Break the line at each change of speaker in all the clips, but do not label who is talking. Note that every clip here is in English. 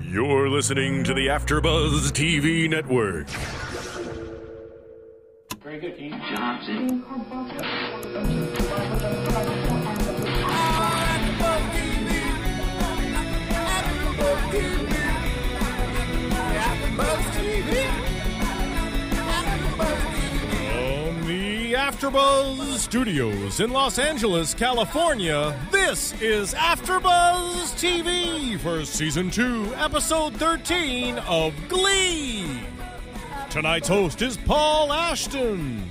You're listening to the AfterBuzz TV Network.
Very good, team.
Johnson.
From the AfterBuzz Studios in Los Angeles, California, this is AfterBuzz TV for Season 2, Episode 13 of Glee. Tonight's host is Paul Ashton.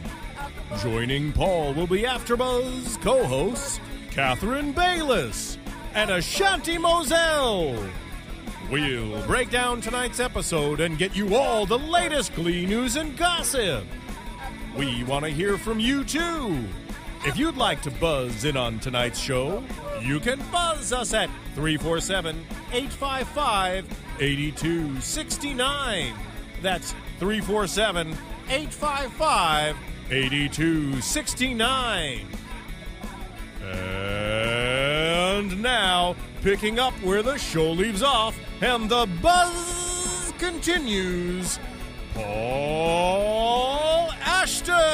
Joining Paul will be AfterBuzz co-hosts Catherine Bayless and Ashanti Moselle. We'll break down tonight's episode and get you all the latest Glee news and gossip. We want to hear from you too. If you'd like to buzz in on tonight's show, you can buzz us at 347 855 8269. That's 347 855 8269. And now, picking up where the show leaves off and the buzz continues, Paul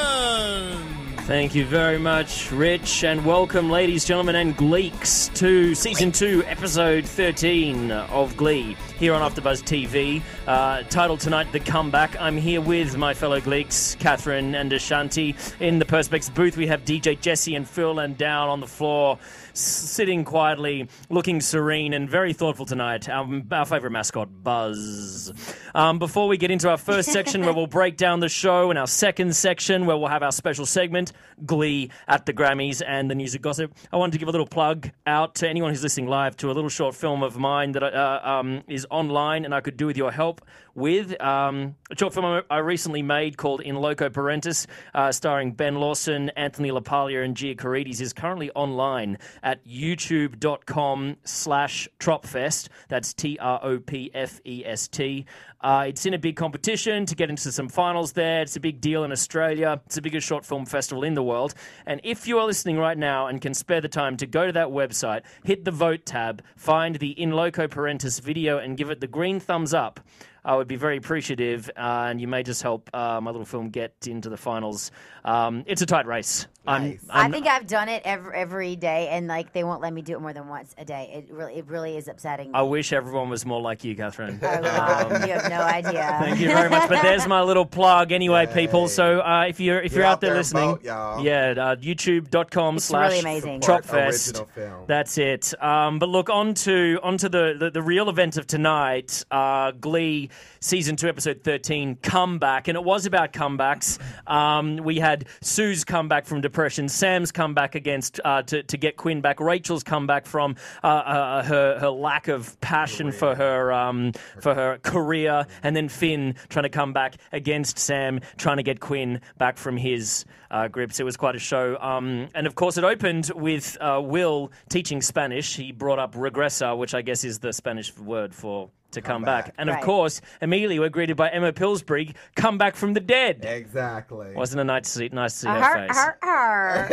Ashton!
Thank you very much, Rich, and welcome, ladies, gentlemen, and Gleeks, to season two, episode 13 of Glee here on AfterBuzz TV. Uh, titled tonight, "The Comeback." I'm here with my fellow Gleeks, Catherine and Ashanti. In the Perspex booth, we have DJ Jesse and Phil, and down on the floor, s- sitting quietly, looking serene and very thoughtful tonight. Our, our favorite mascot, Buzz. Um, before we get into our first section, where we'll break down the show, and our second section, where we'll have our special segment, Glee at the Grammys and the news of gossip, I wanted to give a little plug out to anyone who's listening live to a little short film of mine that uh, um, is online and I could do with your help with. Um, a short film I- I recently made called In Loco Parentis, uh, starring Ben Lawson, Anthony LaPaglia, and Gia Carides, is currently online at youtube.com slash tropfest. That's T R O P F E S T. Uh, it's in a big competition to get into some finals there. It's a big deal in Australia. It's the biggest short film festival in the world. And if you are listening right now and can spare the time to go to that website, hit the vote tab, find the In Loco Parentis video, and give it the green thumbs up, I would be very appreciative. Uh, and you may just help uh, my little film get into the finals. Um, it's a tight race. I'm,
i think I've done it every, every day, and like they won't let me do it more than once a day. It really, it really is upsetting.
I wish everyone was more like you, Catherine.
Uh, you have no idea.
Thank you very much. But there's my little plug anyway, people. So uh, if you're if
Get
you're out,
out
there,
there and
listening,
vote, y'all.
yeah, uh, youtube.com
It's
slash
really amazing.
Original film.
Tropfest. That's it. Um, but look, on to, on to the, the, the real event of tonight, uh, Glee Season 2, Episode 13, Comeback. And it was about comebacks. Um, we had Sue's comeback from depression, Sam's comeback against uh, to, to get Quinn back, Rachel's comeback from uh, uh, her, her lack of passion for her um, for her career, and then Finn trying to come back against Sam, trying to get Quinn back from his uh, grips. It was quite a show. Um, and of course, it opened with uh, Will teaching Spanish. He brought up regresa, which I guess is the Spanish word for to come, back. And of
Right.
course, immediately we're greeted by Emma Pillsbury, come back from the dead.
Exactly.
Wasn't it nice to see, nice to see her
Har,
face?
har, har.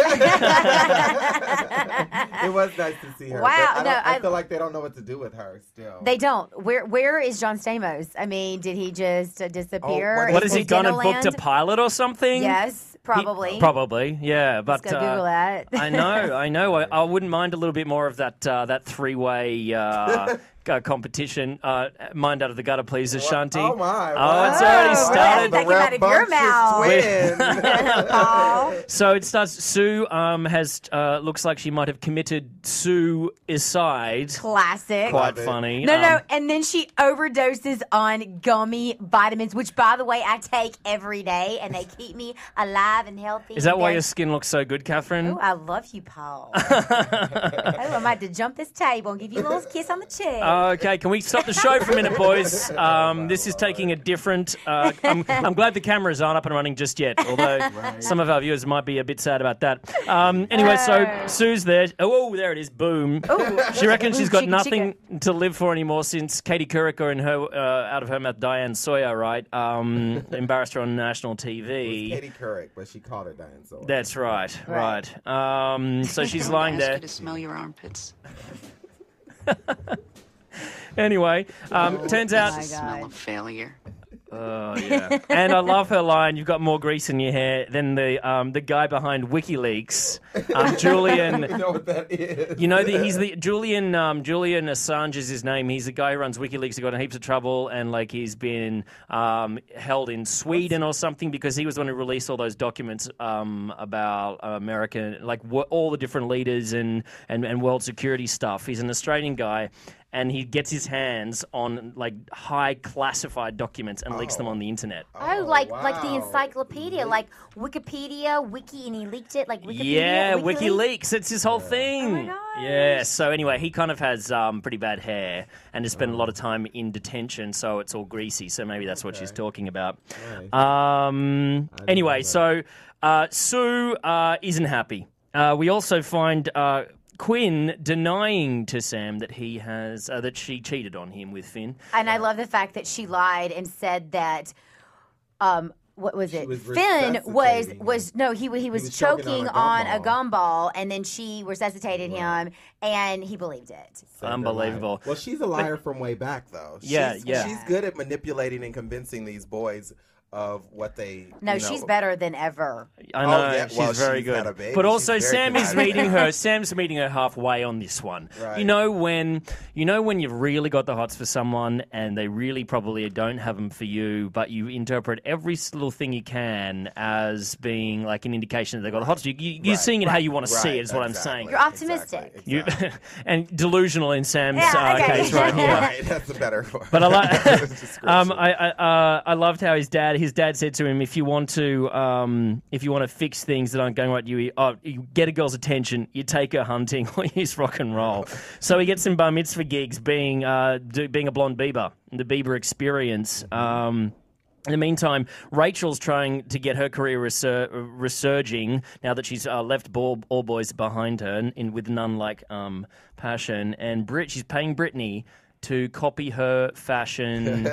it was nice to see her.
Wow,
but I,
no,
don't- I
I-
feel like they don't know what to do with her still.
they don't. Where Where is John Stamos? I mean, did he just uh, disappear?
what
Oh, What
is
has he
into
gone and
Dinnerland?
booked a pilot or something?
Yes,
He-
probably.
probably, yeah. But
Let's go
uh,
Google that.
I know, I know. I, I wouldn't mind a little bit more of that uh, that three way uh, uh, competition. Uh, mind out of the gutter, please, Ashanti.
Oh my!
Oh, it's
wow.
already
Oh,
started.
that came out of your
mouth.
Paul.
So it starts. Sue um, has uh, looks like she might have committed suicide.
Classic.
Quite
Love it.
funny.
No,
Um,
no, and then she overdoses on gummy vitamins, which, by the way, I take every day, and they keep me alive and healthy.
Is that why
They're-
your skin looks so good, Catherine?
Ooh, Oh, I love you, Paul. oh, I'm about to jump this table and give you a little kiss on the cheek.
Okay, can we stop the show for a minute, boys? Um, this is taking a different. Uh, I'm, I'm glad the cameras aren't up and running just yet, although some of our viewers might be a bit sad about that. Um, anyway, so Sue's there. Oh, there it is. Boom.
Oh,
She reckons she's
Ooh,
got
chicka,
nothing to live for anymore since Katie Couric and her uh, out of her mouth Diane Sawyer, right? Um, embarrassed her on national TV.
Katie Couric, but she called her Diane Sawyer.
That's right, right.
Right.
Um, so she's lying
Ask you
there.
to smell your armpits.
Anyway, um, turns out
my God.
smell of failure.
Oh yeah, and I love her line. You've got more grease in your hair than the um, the guy behind WikiLeaks, um,
You
Julian.
know what that is?
You know that he's the Julian um, Julian Assange is his name. He's the guy who runs WikiLeaks. He got in heaps of trouble and like he's been um, held in Sweden or something because he was the one who released all those documents um, about uh, American like wha- all the different leaders and, and and world security stuff. He's an Australian guy. And he gets his hands on like high classified documents and leaks them on the internet.
Oh, like like the
wow.
encyclopedia, like Wikipedia, Wiki, and he leaked it, like Wikipedia.
Yeah,
WikiLeaks. Oh
WikiLeaks. It's his whole thing.
gosh.
yeah. So anyway, he kind of has um, pretty bad hair and has spent a lot of time in detention, so it's all greasy. So maybe that's what she's talking about. Um, anyway, so uh, Sue uh, isn't happy. Uh, we also find. Uh, Quinn denying to Sam that he has uh, that she cheated on him with Finn.
And I love the fact that she lied and said that. Um, what was it?
was
Finn was
resuscitating.
was no, he wa- he was,
was
choking,
choking
on
on
a,
a
gumball, and then she resuscitated him, and he believed it.
Saved her
Unbelievable.
life. Well, she's a liar from way back, though. She's,
Yeah, yeah.
She's good at manipulating and convincing these boys of what they.
No,
you know,
she's better than ever.
I
Oh,
know
yeah,
she's
well,
very
she's
good,
not a baby,
but
she's
also
very
Sam is
conniving.
meeting her. Sam's meeting her halfway on this one.
Right.
You know when you know when you've really got the hots for someone, and they really probably don't have them for you, but you interpret every s- little thing you can as being like an indication that they have got the hots. for You, you, you're
Right,
seeing it how you want to see
Right,
it. Is what
exactly,
I'm saying.
You're optimistic.
Exactly,
You,
exactly.
and delusional in Sam's
Yeah,
uh,
okay.
case right here.
Right, that's a better word.
But I like,
Description.
um, I I, uh, I loved how his dad his dad said to him, if you want to um, if you want to fix things that aren't going right, you oh, you get a girl's attention, you take her hunting, or use rock and roll. so he gets some bar mitzvah gigs, being uh, do, being a blonde Bieber, the Bieber experience. Um, in the meantime, Rachel's trying to get her career resur- resurging now that she's uh, left all, all boys behind her and, in with none like um, passion. And Brit, she's paying Brittany to copy her fashion.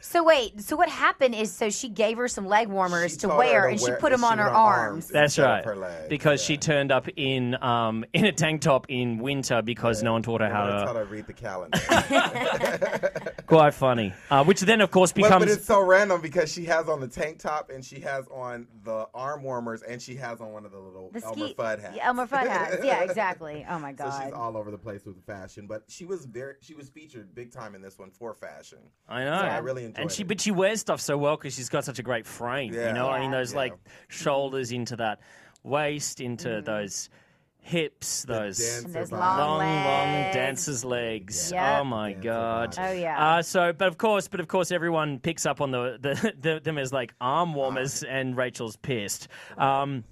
So wait, so what happened is, so she gave her some leg warmers
She
to
told her
wear,
to
and she
wear-
put them
she
on her
put
arms.
That's
instead of
right,
her legs,
because
yeah.
she turned up in um, in a tank top in winter because no one taught her how
I taught
to.
her to read the calendar.
Quite funny, uh, which then of course
But,
becomes
but it's so random because she has on the tank top and she has on the arm warmers and she has on one of the little
The
Elmer
ski,
Fudd hats.
Yeah, Elmer Fudd hats. Yeah, exactly. Oh my
So
god.
she's all over the place with fashion, but she was very she was featured big time in this one for fashion.
I know.
I really enjoyed
And she,
it.
but she wears stuff so well because she's got such a great frame. You
Yeah.
know, I mean,
Yeah.
those
Yeah.
like shoulders into that waist, into those hips, those
dancer
Mm. And those
body.
long,
long
long
legs.
dancer's legs.
Yeah.
Oh my
Dancer
god.
body.
Oh, yeah.
Uh, so, but of course, but of course, everyone picks up on the, the, the them as like arm warmers, and Rachel's pissed. Um,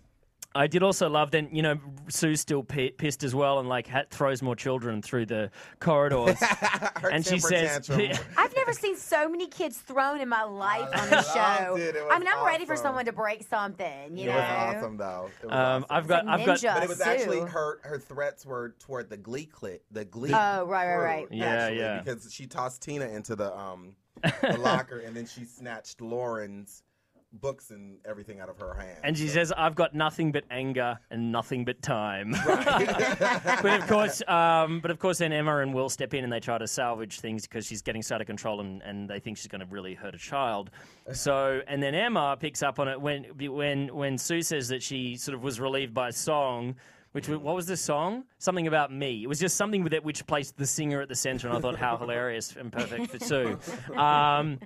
I did also love then, you know, Sue's still pi pissed as well, and like ha- throws more children through the corridors,
Her
and she
temper
says.
tantrum.
I've never seen so many kids thrown in my life
I
on the show.
loved it. It
I
was
mean, I'm ready for
awesome.
someone to break something, you
It
know.
was awesome though. It was
Um, I've got,
awesome.
Like
I've got,
ninja.
But it was
Sue.
actually her her threats were toward the Glee clip, the Glee.
Oh, right, right,
crew,
right.
Yeah,
actually,
yeah.
Because she tossed Tina into the um the locker, and then she snatched Lauren's books and everything out of her hand.
And she
So-
says, I've got nothing but anger and nothing but time. but of course, um, but of course, then Emma and Will step in and they try to salvage things because she's getting so out of control and, and they think she's going to really hurt a child. So, and then Emma picks up on it when when when Sue says that she sort of was relieved by a song. Which was, what was the song? Something about me. It was just something with it which placed the singer at the center, and I thought how hilarious and perfect for Sue. Um,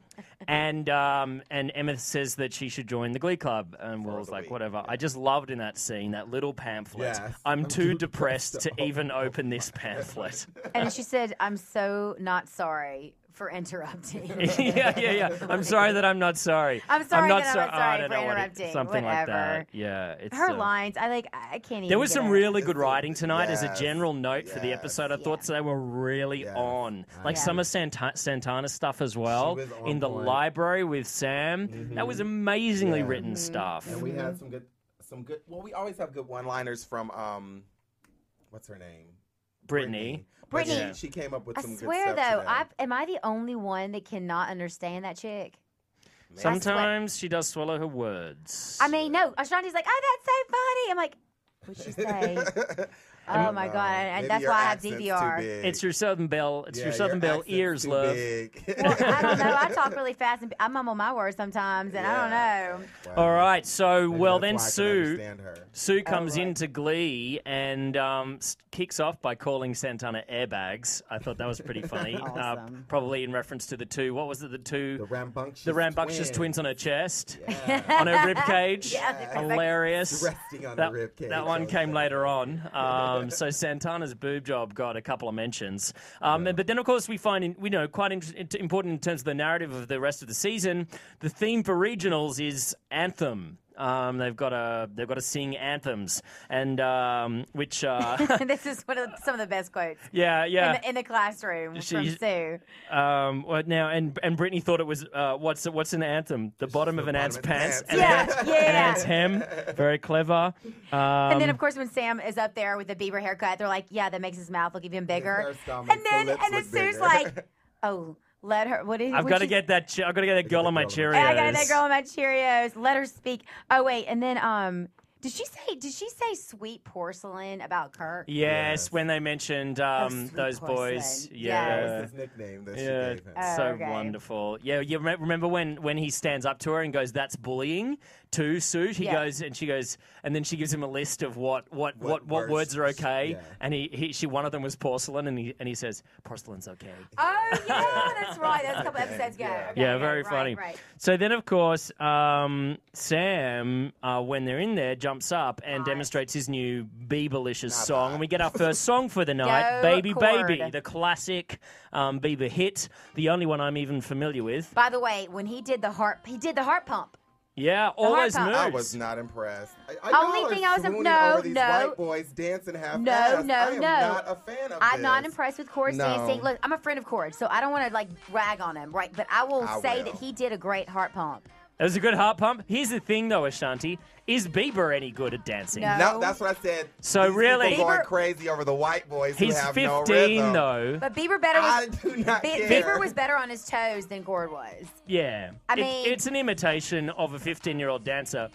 and um, and Emma says that she should join the Glee Club, and Will's
the
like,
week.
whatever. I just loved in that scene that little pamphlet.
Yes.
I'm too depressed to even open this pamphlet.
And she said, "I'm so not sorry for interrupting."
yeah, yeah, yeah. I'm sorry that I'm not sorry.
I'm sorry
not
that I'm
so-
not
oh, I
sorry
don't
for
know what it-
interrupting,
something like
whatever.
that. Yeah, it's
Her
uh,
lines, I like, I I can't even.
There was
get
some
it.
really good writing tonight as a
Yes,
general note for the
yes.
episode. I thought they were really
Yes.
on. Like
Yeah.
some of Santa- Santana's stuff as well.
was on
In the
point. Mm-hmm.
library with Sam. That was amazingly
Yeah.
Mm-hmm.
written stuff.
and we had some good, some good. Well, we always have good one-liners from um, what's her name?
Brittany.
But
Brittany.
She, she came up with
I
some. good
swear
stuff
though,
today.
I am I the only one that cannot understand that chick?
Sometimes she does swallow her words.
I mean, no, Ashanti's like, "Oh, that's so funny." I'm like, "What'd she say?" Oh my god, and
um, Maybe
that's
your
why I have
accent's too
DVR.
big.
It's your Southern Belle. It's
Yeah,
your Southern Belle
accent's
ears,
too
love.
big.
Well, I don't know. I talk really fast, and I mumble my words sometimes, and I don't know.
Wow.
All right. So
Maybe
well
that's
then,
why I can
Sue.
understand her.
Sue comes
right.
into Glee and um, s- kicks off by calling Santana airbags. I thought that was pretty funny. uh,
Awesome.
probably in reference to the two. What was it? The two.
The rambunctious,
the rambunctious
twin.
twins on her chest,
Yeah.
on her rib cage.
Yeah.
Hilarious.
Resting on
That,
the rib cage.
that one
was
came
funny.
later on. Um, so Santana's boob job got a couple of mentions. Um, and- But then, of course, we find in, we know quite in, important in terms of the narrative of the rest of the season. The theme for regionals is anthem. Um, they've got to they've got to sing anthems, and um, which uh,
this is one of the- some of the best quotes
yeah yeah
in, the, in the classroom from
She's-
Sue.
Um, what now and and Brittany thought it was uh, what's what's an anthem? The bottom
the
of an
bottom
ant's
of the
pants,
pants.
and
Yeah,
an ant's,
yeah.
an ant's hem. Very clever. Um,
And then, of course, when Sam is up there with the Bieber haircut, they're like, "Yeah, that makes his mouth look even bigger."
Her stomach,
And then,
the lips
and then
look
Sue's
bigger.
like, "Oh, let her." What is?
I've
what'd
got to
she-
get that. Che- I've got to get that girl
the
on my
girl
Cheerios.
And
on
I got that girl on my Cheerios. Let her speak. Oh wait, and then um, did she say? Did she say sweet porcelain about Kirk?
Yes,
Yes.
when they mentioned um,
sweet
those boys.
porcelain.
Yeah.
That was his nickname that
uh, Yeah.
she gave him.
Uh,
so
okay.
wonderful. Yeah, you remem- remember when when he stands up to her and goes, "That's bullying." To Sue, she
Yeah.
goes and she goes, and then she gives him a list of what what what, what,
What words
words are
she-
okay.
yeah.
And he, he she one of them was porcelain, and he and he says, "Porcelain's okay."
Oh yeah, that's right. That's a couple
Okay,
episodes ago.
yeah.
Okay,
yeah,
okay,
very
right,
funny.
Right.
So then, of course, um, Sam, uh, when they're in there, jumps up and demonstrates his new Bieberlicious song, and we get our first song for the night,
Go
"Baby
Chord.
Baby," the classic um, Bieber hit, the only one I'm even familiar with.
By the way, when he did the heart, he did the heart pump.
Yeah, all
heart
those
pump.
moves.
I was not impressed. I, I
Only
y'all are
thing I was-
swooning
no,
over these
no.
white boys dancing half
No,
assed.
no,
I am
no.
not a fan of
I'm not
this.
impressed with Cord's
No.
dancing. Look, I'm a friend of Cord, so I don't want to like rag on him, right? But I will
I
say
will.
that he did a great heart pump.
That was a good heart pump. Here's the thing, though, Ashanti. Is Bieber any good at dancing?
No.
No, that's what I said.
So
These
really-
people going
Bieber-
crazy over the white boys who
He's
have
15,
no rhythm.
though.
But Bieber better
I
was
do not
Be-
care.
Bieber was better on his toes than Gord was.
Yeah.
I
It-
mean-
it's an imitation of a 15 year old dancer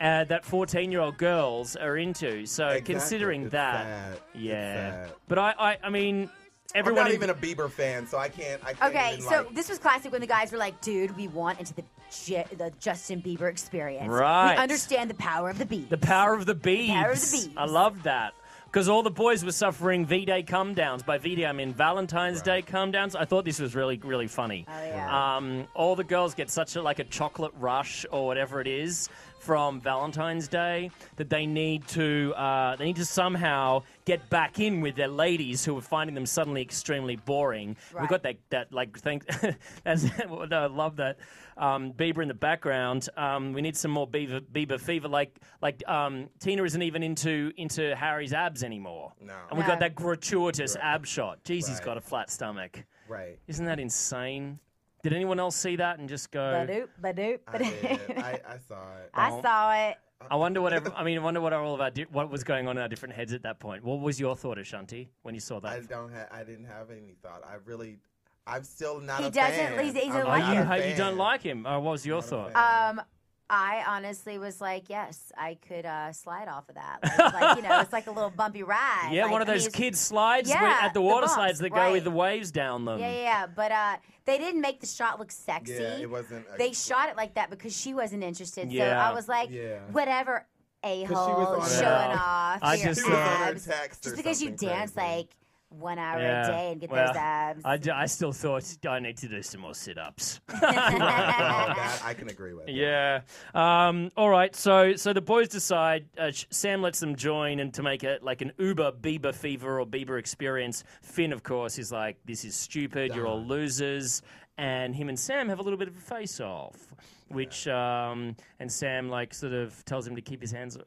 uh, that 14 year old girls are into. So
Exactly.
considering
It's
that.
sad. It's
Yeah.
sad.
But I, I, I mean,
I'm
everyone.
not
in-
even a Bieber fan, so I can't. I can't
Okay,
even,
so
like,
this was classic when the guys were like, "Dude, we want into the J- the Justin Bieber experience.
Right.
We understand the power of the beat.
the power of the bees.
power of the bees.
I love that. Because all the boys were suffering V Day come downs. By V Day, I mean Valentine's Day come downs. I thought this was really, really funny.
Oh, yeah.
um, all the girls get such a, like a chocolate rush or whatever it is from Valentine's Day that they need to uh, they need to somehow get back in with their ladies who are finding them suddenly extremely boring. We've
Right.
got that that like thing. that's, what I love that um, Bieber in the background. Um, we need some more Bieber, Bieber fever. Like like um, Tina isn't even into into Harry's abs anymore.
No.
and we got
No.
that gratuitous ab shot. Jeez, he's
Right.
got a flat stomach.
right.
Isn't that insane? Did anyone else see that and just go?
Ba-doop, ba-doop,
I, did.
ba-doop.
I, I saw it.
I saw it.
I wonder what ev- I mean. I wonder what all of our di- what was going on in our different heads at that point. What was your thought, Ashanti, when you saw
I
that?
don't have. I didn't have any thought. I really. I'm still not.
He
a
doesn't-
Fan.
he's- he's a
I'm
Are
like
not
you
a
how you don't
fan.
like him? Or what was your
a
thought?
fan.
Um, I honestly was like, yes, I could uh, slide off of that. Like, like, you know, it's like a little bumpy ride.
Yeah,
Uh, Like,
one of
I mean,
those
it's-
kids slides with-
Yeah,
at the
the
water
bumps,
slides that go with
right.
the waves down them.
Yeah, yeah, yeah. But uh, they didn't make the shot look sexy.
Yeah, it wasn't. A,
they shot it like that because she wasn't interested.
Yeah.
So I was like,
Yeah.
whatever, a hole,
on
showing
her-
off.
I
your
just, uh,
She was on her
abs.
text or
Just because you
something
dance
crazy.
like one hour
Yeah.
a day and get
Well,
those abs.
I, d- I still thought I need to do some more sit-ups.
Oh, that I can agree with.
Yeah. Um, all right. So so the boys decide. Uh, Sh- Sam lets them join, and to make it like an Uber Bieber fever or Bieber experience. Finn, of course, is like, "This is stupid. You're all losers." And him and Sam have a little bit of a face off, which um, and Sam like sort of tells him to keep his hands o-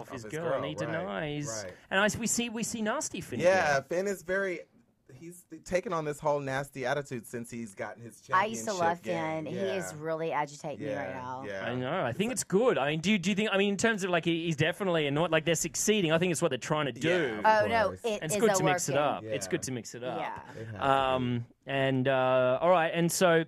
off his,
his
girl,
girl,
and he
right,
denies.
right.
And I s we see we see nasty Finn.
Yeah, Finn is very. He's taken on this whole nasty attitude since he's gotten his championship.
I used to love
game.
Finn. He is
Yeah.
really agitating me right
Yeah,
now.
yeah.
I know. I think it's good. I mean, do you, do you think? I mean, in terms of like, he- he's definitely annoyed. Like they're succeeding. I think it's what they're trying to do.
Yeah.
Oh
Of
no,
course.
it
And it's
is
good
a
to mix it
working.
up. It's
Yeah.
good to mix it up.
Yeah.
They have to be.
Um, and uh, all right, and so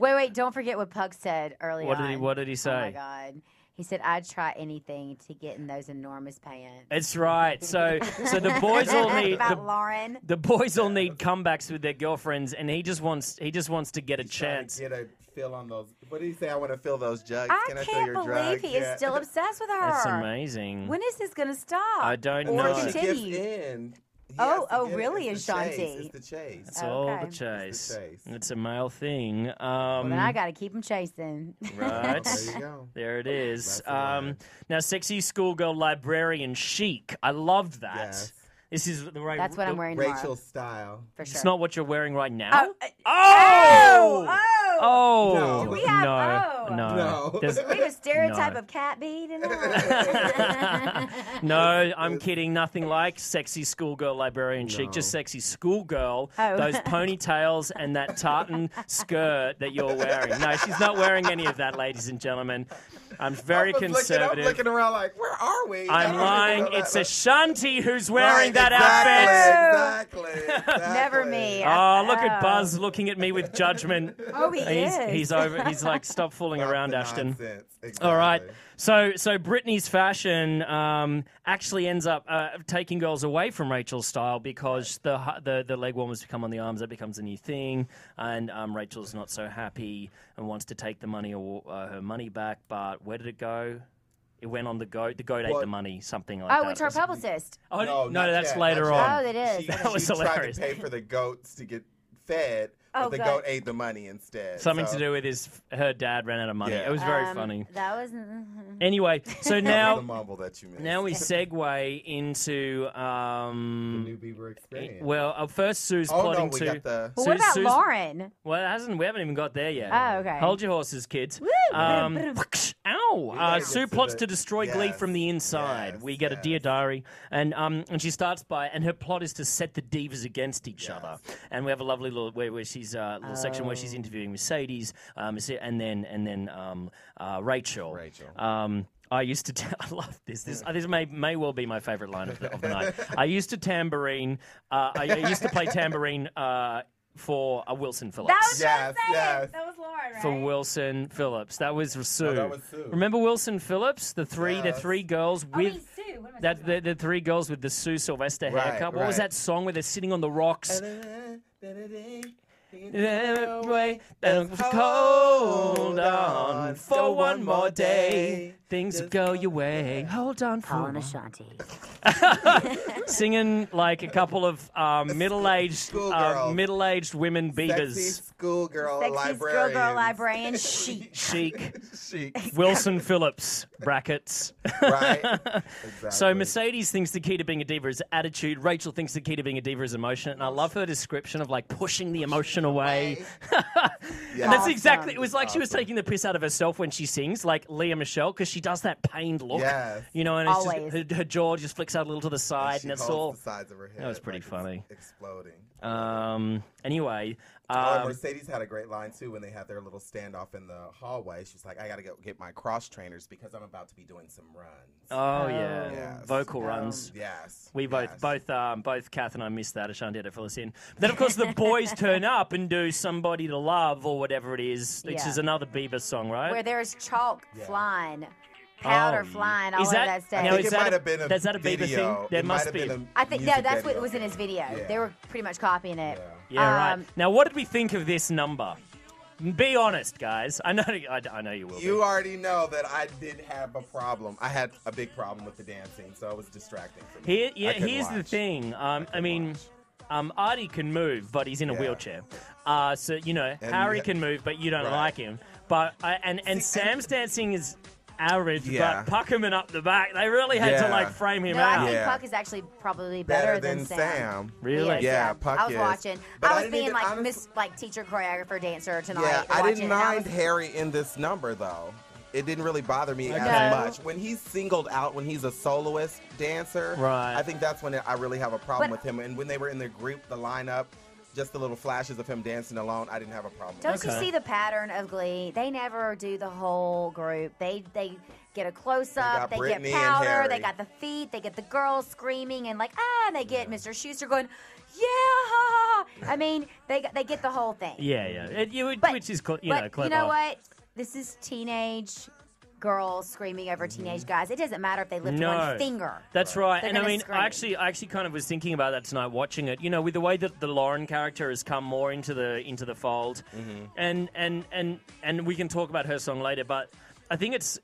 Wait, wait, don't forget what Pug said earlier.
what did he? What did he
Oh my
say?
god. He said, I'd try anything to get in those enormous pants.
It's right. So so the boys all need
About
the,
Lauren.
the boys all need comebacks with their girlfriends, and he just wants he just wants to get a
Trying
chance.
to Get a feel on those. What do you say? I want to feel those jugs.
I
Can I feel
can't
your
believe
drugs?
he
Yeah.
is still obsessed with her.
That's amazing.
When is this going to stop?
I don't
Or
Or
know.
she
continue.
gives in. He
Oh,
has to
oh,
get it.
really,
It's the
Ashanti?
chase. It's the chase.
It's all
Okay.
the chase.
chase.
It's a male thing. Um,
Well, then I got to keep him chasing.
right.
Oh, there you go.
There it is.
That's the
Um,
one.
now, sexy schoolgirl librarian chic. I loved that.
Yes.
This is the right.
That's what I'm wearing tomorrow,
Rachel style.
for sure.
It's not what you're wearing right now.
Oh, uh,
Oh!
oh,
Oh!
No.
We have-
no,
oh.
no.
No.
There's-
We have a stereotype
No.
of cat bee tonight.
no, I'm kidding. Nothing like sexy schoolgirl librarian chic.
No.
Just sexy schoolgirl.
Oh.
Those ponytails and that tartan skirt that you're wearing. No, she's not wearing any of that, ladies and gentlemen. I'm very
I was
conservative.
Looking, I'm looking around like, where are we? I
I'm
don't even
lying.
know
It's
that.
Ashanti who's
Right,
wearing that outfit.
exactly, Exactly. exactly.
Never me.
Oh, look at
Oh.
Buzz looking at me with judgment.
oh, he
he's,
is.
he's over. He's like, stop fooling
Stop
around,
the
Ashton.
nonsense. Exactly.
All right. So, so Britney's fashion um, actually ends up uh, taking girls away from Rachel's style because the hu- the the leg warmers become on the arms. That becomes a new thing, and um, Rachel's not so happy and wants to take the money or uh, her money back. But where did it go? It went on the goat. The goat ate
Well-
the money. Something like that.
oh, it's her
It was-
publicist.
Oh, no,
not
that's
yet,
later
not
on.
yet.
Oh, that is.
She,
That
she
was hilarious.
tried to pay for the goats to get fed, but
Oh,
the
good.
goat ate the money instead.
Something
so
to do with his her dad ran out of money.
Yeah.
It was very
Um,
funny.
That was. mm-hmm.
Anyway, so
that was the
now
mumble that you missed.
now we segue into
the
um
new Bieber experience.
well uh, first Sue's
oh no,
plotting
we
to
got the.
Well,
Sus-
what about
Sus-
Lauren?
well it hasn't we haven't even got there yet.
Oh, okay.
Hold your horses, kids.
Woo!
Um, ow!
We
Uh,
gotta
Sue
get to
plots
the-
to destroy Glee
Yes,
from the inside.
yes,
we get a dear
yes.
diary, and um, and she starts by and her plot is to set the divas against each
Yes.
other. And we have a lovely little where, where she's uh, little section where
Oh.
she's interviewing Mercedes, um, and then and then um, uh, Rachel.
Rachel.
Um, I used to. T- I love this. This this may may well be my favorite line of the, of the night. I used to tambourine. Uh, I, I used to play tambourine uh, for a Wilson Phillips.
That was
Yes,
what I'm saying.
yes.
That was Lauren, right?
For Wilson Phillips, that was Sue.
that was Sue.
Remember Wilson Phillips, the three, the
Yes.
three girls
Oh, wait,
with
Sue. What am I
that,
talking
the, the three girls with the Sue Sylvester
Right,
haircut. What was
right.
that song where they're sitting on the rocks? Anyway, that was Hold on for one more day. Things will
Just
go your way. Hold on for
about? Colin
one-
Ashanti.
singing like a couple of um, middle-aged, uh,
schoolgirl.
middle-aged women
Sexy
beaters.
schoolgirl
Sexy
librarian.
girl, girl, librarian, chic.
Chic
Chic,
Wilson Phillips brackets.
right? Exactly.
So Mercedes thinks the key to being a diva is attitude. Rachel thinks the key to being a diva is emotion, and I love her description of like pushing the emotion away.
Yeah.
And that's
Awesome.
exactly. It was like she was taking the piss out of herself when she sings, like Leah Michelle, because she does that pained look.
Yes.
You know, and it's
Always.
just, her, her jaw just flicks out a little to the side,
She
and that's
holds
all.
The sides of her head
was pretty
like it's
funny.
Exploding.
Um. Anyway.
Oh, and
Um,
Mercedes had a great line too when they had their little standoff in the hallway. She was like, "I gotta go get my cross trainers because I'm about to be doing some runs."
oh yeah.
Yes.
Vocal
Um,
runs.
yes,
We both,
yes.
both, um, both Kath and I missed that. Ashanti had to fill us in. But then, of course, the boys turn up and do "Somebody to Love" or whatever it is, which
Yeah.
is another Bieber song, right?
Where there's chalk
Yeah.
flying, powder
Oh,
flying all
is
over
that-
that
I
stage.
Now,
think
is
it
that
might
a-
have been a
is that a Bieber thing?
video.
There
It
must
might have
be.
been a
I think no,
music
that's what
video.
it was in his video.
Yeah.
They were pretty much copying it.
yeah,
um,
right. Now, what did we think of this number? Be honest, guys. I know, I, I know you will.
You
be.
already know that I did have a problem. I had a big problem with the dancing, so it was distracting for me.
Here, yeah,
I couldn't
here's the
watch.
thing. Um, I,
couldn't
mean,
watch.
um, Artie can move, but he's in a
Yeah.
wheelchair. Uh, so you know,
And-
Harry can move, but you don't
Right.
like him. But I, and and
See, and-
Sam's dancing is average,
Yeah.
but Puckerman up the back, they really had to
Yeah.
like frame him
No, I
out.
think
Yeah.
Puck is actually probably better,
better, than, Sam.
Really?
Yes,
Yeah, Puck
I was
is.
watching.
But I
I was
didn't
being
even-
like
honest-
Miss, like teacher choreographer dancer tonight.
Yeah, I
watching
didn't
it, and I
mind
was-
Harry in this number though. It didn't really bother me
Okay.
as much when he's singled out when he's a soloist dancer.
Right.
I think that's when I really have a problem
But-
with him. And when they were in the group, the lineup, just the little flashes of him dancing alone, I didn't have a problem.
Don't
with.
you
Okay.
see the pattern of Glee? They never do the whole group. They they get a close up,
got
they,
Brittany
get
and
powder, they
Harry.
got the feet, they get the girls screaming and like ah, and they get Mr. Schuster going, yeah. ha, ha, ha." I mean, they they get the whole thing.
Yeah, yeah. It, you,
But-
which is cl- you
but
know clever.
you know what? This is teenage girls screaming over teenage guys. It doesn't matter if they lift
Mm-hmm. No.
one finger.
That's right.
They're
And I
gonna
mean,
scream.
I actually, I actually kind of was thinking about that tonight, watching it. You know, with the way that the Lauren character has come more into the into the fold, and and and and we can talk about her song later. But I think it's.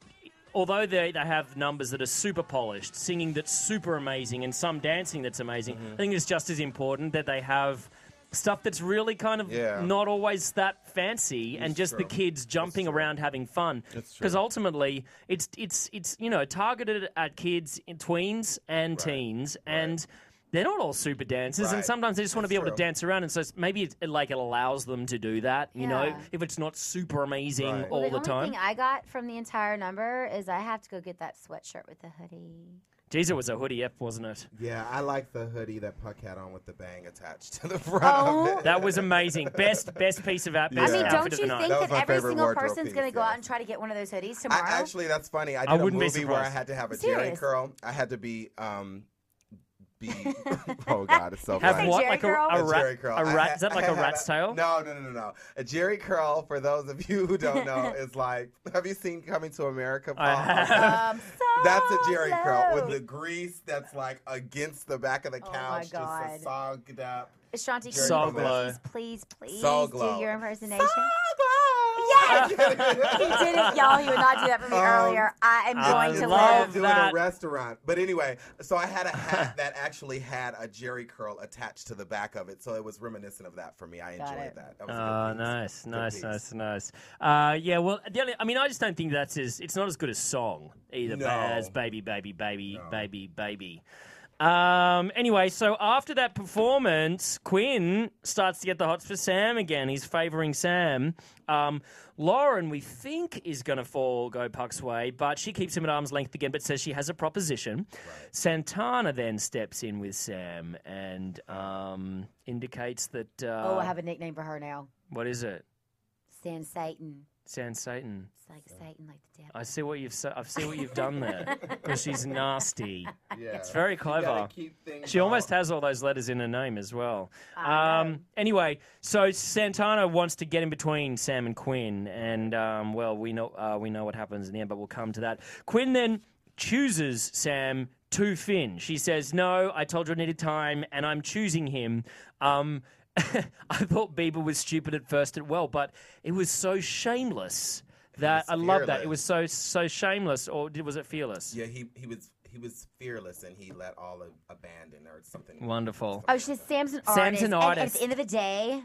Although they, they have numbers that are super polished, singing that's super amazing, and some dancing that's amazing, I think it's just as important that they have stuff that's really kind of
Yeah.
not always that fancy and just the
true.
kids jumping around having fun. Because ultimately, it's it's it's you know targeted at kids, in tweens and teens, and they're not all super dancers. And
Right.
sometimes they just want to be able to
true.
dance around, and so it's- maybe it, it, like it allows them to do that. You know,
Yeah.
if it's not super amazing
Right.
Well,
all the,
only
time.
thing I got from the entire number is I have to go get that sweatshirt with the hoodie.
Jeez, it was a hoodie F, wasn't it?
Yeah, I like the hoodie that Puck had on with the bang attached to the front
Oh.
of it.
That was amazing. best best piece of outfit.
Yeah.
I mean,
Yeah.
don't
of
you
the
think
night.
That
that,
was my
every
favorite
single
wardrobe
person's
piece,
going to go
yeah.
out and try to get one of those hoodies
I,
tomorrow?
actually, that's funny. I did
I wouldn't be
a movie where I
surprised.
had to have a jerry
Serious.
curl. I had to be, um, be. oh God, it's so
Have
funny.
what?
Jerry
Like a,
curl?
a
A
rat?
jerry curl.
A
I
rat?
had-
Is that
I
like a
had
rat's tail?
No, no, no, no, no. A jerry curl. For those of you who don't know, is like, have you seen Coming to America?
I
Paul?
have.
um, so
That's a jerry
Oh,
curl with
low.
the grease that's like against the back of the
Oh, my
couch, just
God.
a sogged up.
Ashanti,
Jerry
can you
Curl.
please, please, please
Soul
do
glow.
your impersonation.
Yes! he
he did it, y'all. He would not do that for me
Um,
earlier. I am
I
going to
love
live.
doing
that.
a restaurant. But anyway, so I had a hat that actually had a jerry curl attached to the back of it, so it was reminiscent of that for me. I
Got
enjoyed
it.
that. That was a good
Oh,
piece.
nice,
Good
nice,
piece.
nice, nice. Uh, yeah, well, the only, I mean, I just don't think that's as it's not as good a song either
No.
as baby, baby, baby, baby, baby. Um, anyway, so after that performance, Quinn starts to get the hots for Sam again. He's favouring Sam. Um, Lauren, we think, is going to fall go Puck's way, but she keeps him at arm's length again, but says she has a proposition. Santana then steps in with Sam and um, indicates that. Uh,
Oh, I have a nickname for her now.
What is it?
San Satan.
Sans Satan.
It's like Satan, like the devil.
I see what you've I see what you've done there because she's nasty.
Yeah.
It's very clever. She almost has all those letters in her name as well.
I know.
Um, anyway, so Santana wants to get in between Sam and Quinn, and um, well, we know uh, we know what happens in the end, but we'll come to that. Quinn then chooses Sam to Finn. She says, "No, I told you I needed time, and I'm choosing him." Um, I thought Bieber was stupid at first at well, but it was so shameless that I love that.
fearless.
It was so so shameless, or did- was it fearless?
Yeah, he he was he was fearless and he let all of, abandon or something.
Wonderful.
Oh, she says Sam's an
Sam's
artist.
an
and
artist.
at the end of the day,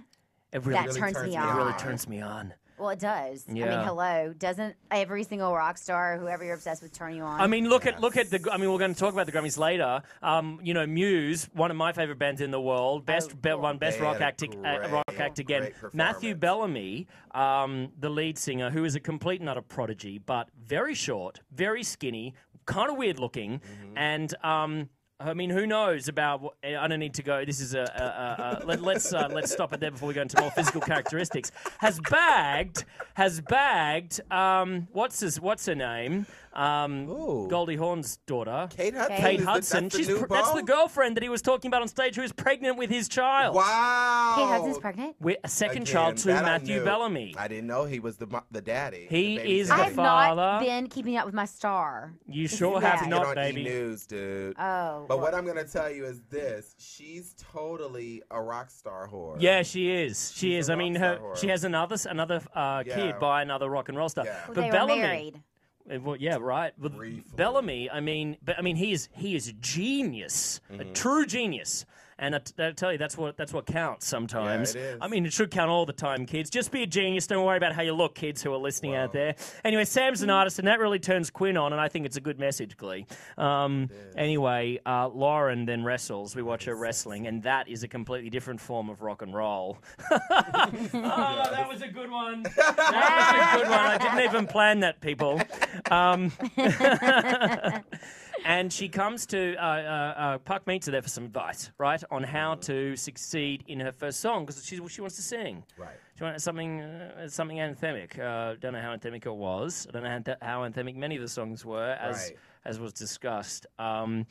It really,
that
really
turns,
turns
me
me
on.
on.
really turns me on.
Well, it does. I
Yeah.
mean, hello. Doesn't every single rock star, or whoever you're obsessed with, turn you on?
I mean, look at look at the. I mean, we're going to talk about the Grammys later. Um, you know, Muse, one of my favorite bands in the world, best
Oh,
be-
cool.
one best
They
rock
had a
act uh,
great,
rock act again.
great
Matthew
performance.
Bellamy, um, the lead singer, who is a complete and utter prodigy, but very short, very skinny, kind of weird looking,
Mm-hmm.
and. Um, I mean, who knows about? what- I don't need to go. This is a. a, a, a let, let's uh, let's stop it there before we go into more physical characteristics. Has bagged, has bagged. Um, what's his? What's her name? Um,
Ooh.
Goldie Hawn's daughter,
Kate Hudson.
Kate
is the-
Hudson.
that's the
She's
new
pr- that's the
beau?
girlfriend that he was talking about on stage, who is pregnant with his child.
Wow.
Kate Hudson's pregnant.
With a second
Again,
child to
that I
Matthew
knew.
Bellamy.
I didn't know he was the mo- the daddy.
He
the baby
is the
I
daddy.
have
Father.
not been keeping up with my star.
You
This
sure
is
have
bad.
Get
not,
on E!
baby.
News, dude.
Oh,
But
well,
what I'm gonna tell you is this: she's totally a rock star whore.
Yeah, she is. She
She's
is.
a
I mean,
rock star
her.
whore.
She has another s- another uh,
Yeah.
kid by another rock and roll star.
Yeah. Well,
they
But
were
Bellamy.
married.
Uh, Well, yeah, right. But
Briefly.
Bellamy, I mean, but I mean, he is he is a genius, a
Mm-hmm.
true genius, and I, I tell you, that's what that's what counts sometimes.
Yeah, it is.
I mean, it should count all the time, kids. Just be a genius. Don't worry about how you look, kids who are listening out there. Anyway, Sam's an artist, and that really turns Quinn on, and I think it's a good message, Glee. Um, anyway, uh, Lauren then wrestles. We watch her wrestling, and that is a completely different form of rock and roll. Oh, that was a good one. That was a good one. I didn't even plan that, people. Um, and she comes to uh, uh, uh, Puck meets her there for some advice, right, on how to succeed in her first song because she she wants to sing.
Right.
She wanted something uh, something anthemic. Uh, don't know how anthemic it was. I don't know anthe- how anthemic many of the songs were, as
Right.
as was discussed. Um,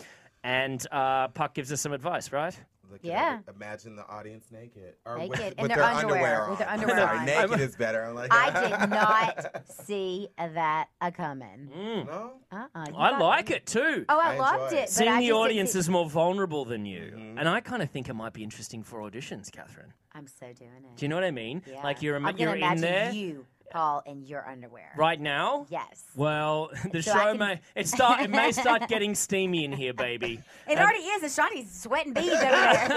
and uh, Puck gives us some advice, right?
Look
Yeah.
yeah. Imagine the audience naked. Or
Naked.
With,
And
with
their
their,
underwear.
underwear. on.
With their
I'm
underwear
sorry,
on.
Naked
I'm-
is better. I'm like,
I did not see that a coming.
Mm.
no.
Uh-uh, you
I
got-
like it too.
Oh, I,
I
loved
enjoy
it. but
it.
Seeing
I just
the
didn't
audience
see-
is more vulnerable than you.
Mhm.
And I kind of think it might be interesting for auditions, Catherine.
I'm so doing it.
Do you know what I mean?
Yeah.
Like you're,
I'm
ima-
gonna
you're in
imagine
there
You, Paul, in your underwear.
right now.
Yes.
Well, the
So I
show
can-
may it start it may start getting steamy in here, baby.
It
Um,
already is. Ashanti's sweating beads over there.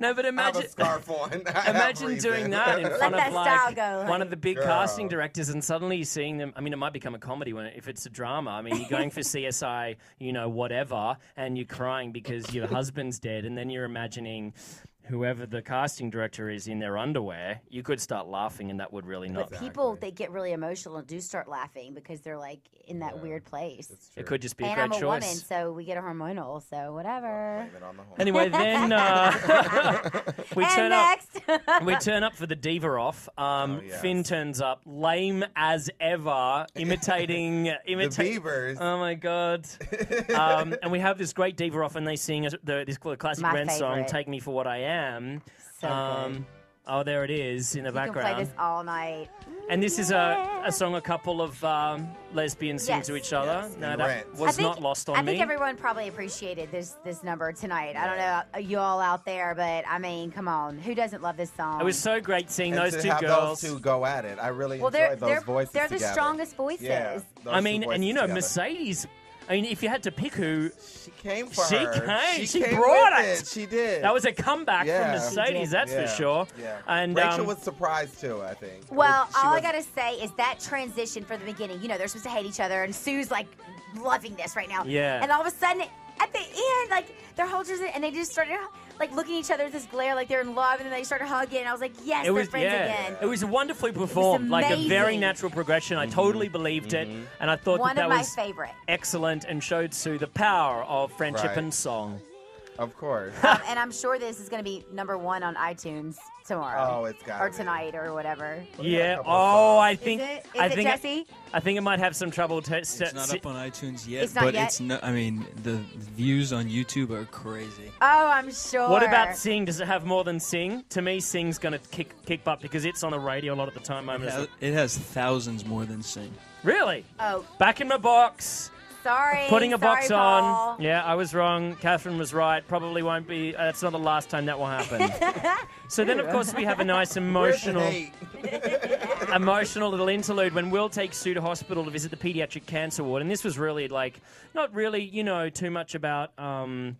no, but
I have
imagine
a scarf on. I have
imagine doing
reason.
that in front
that
of like
style go,
one of the big
Girl.
casting directors, and suddenly you're seeing them. I mean, it might become a comedy when if it's a drama. I mean, you're going for CSI, you know, whatever, and you're crying because your husband's dead, and then you're imagining. Whoever the casting director is in their underwear, you could start laughing, and that would really not.
but people that get really emotional and do start laughing because they're like in that weird place.
It's true.
It could just be a
and
great
I'm a
choice.
woman, so we get a hormonal. So whatever.
Blame it on the horn.
Anyway, then uh, we
and
turn up.
next,
We turn up for the diva off. Um,
Oh, yes.
Finn turns up, lame as ever, imitating
the
imitating.
beavers.
Oh my god! Um, and we have this great diva off, and they sing a- the, this cl- classic
My
Ren song,
favourite.
"Take Me for What I Am."
so good.
oh, there it is in the
You can play
background.
this all night.
and this is a, a song a couple of um, lesbians sing
Yes.
to each other.
Yes,
No,
in
that
Rent.
was not lost on
I
me.
think everyone probably appreciated this this number tonight. I don't know uh, you all out there, but I mean, come on, who doesn't love this song?
it was so great seeing
And
those
to
two
have
girls.
those two go at it. I really
well, they're
enjoyed those
they're,
voices
they're the
together.
strongest voices.
Yeah, those
I
two
mean, and
voices
you know,
together.
Mercedes. I mean, if you had to pick who,
She came for
She
her.
came.
She,
She
came
brought
with
it.
it. She did.
That was a comeback
Yeah.
from Mercedes,
She did.
that's
Yeah,
for sure.
Yeah.
And
Rachel
um,
was surprised too. I think.
Well,
She
all I
was-
gotta say is that transition from the beginning. You know, they're supposed to hate each other, and Sue's like loving this right now.
Yeah.
And all of a sudden, at the end, like their holders, and they just started like looking at each other with this glare, like they're in love, and then they started hugging. And I was like, yes,
it
they're
was
friends
yeah,
again.
it was wonderfully performed, like a very
amazing.
natural progression. I totally
Mm-hmm.
believed it, and I thought
One
that
of
that
my
was
favorite.
excellent and showed Sue the power of friendship
Right.
and song.
Of course.
Um, and I'm sure this is gonna be number one on iTunes tomorrow.
Oh, it's gotta
or
be.
tonight or whatever.
Yeah.
couple of
Oh,
songs.
I think
is it? Is
I
it
think I-
Jesse?
I, think it might have some trouble. To,
It's not up on iTunes yet,
It's not
but
yet?
it's no, I mean, the views on YouTube are crazy.
Oh, I'm sure.
what about Sing? Does it have more than Sing? To me, Sing's going to kick kick butt because it's on the radio a lot at the time. I'm
It
just
has,
like,
it has thousands more than Sing.
really
Oh,
back in my box.
sorry.
Putting a
sorry,
box
Paul.
on. Yeah, I was wrong. Catherine was right. Probably won't be. uh, That's not the last time that will happen. so then, of course, we have a nice emotional,
Hey,
emotional little interlude when Will takes Sue to hospital to visit the pediatric cancer ward, and this was really like not really, you know, too much about. Um,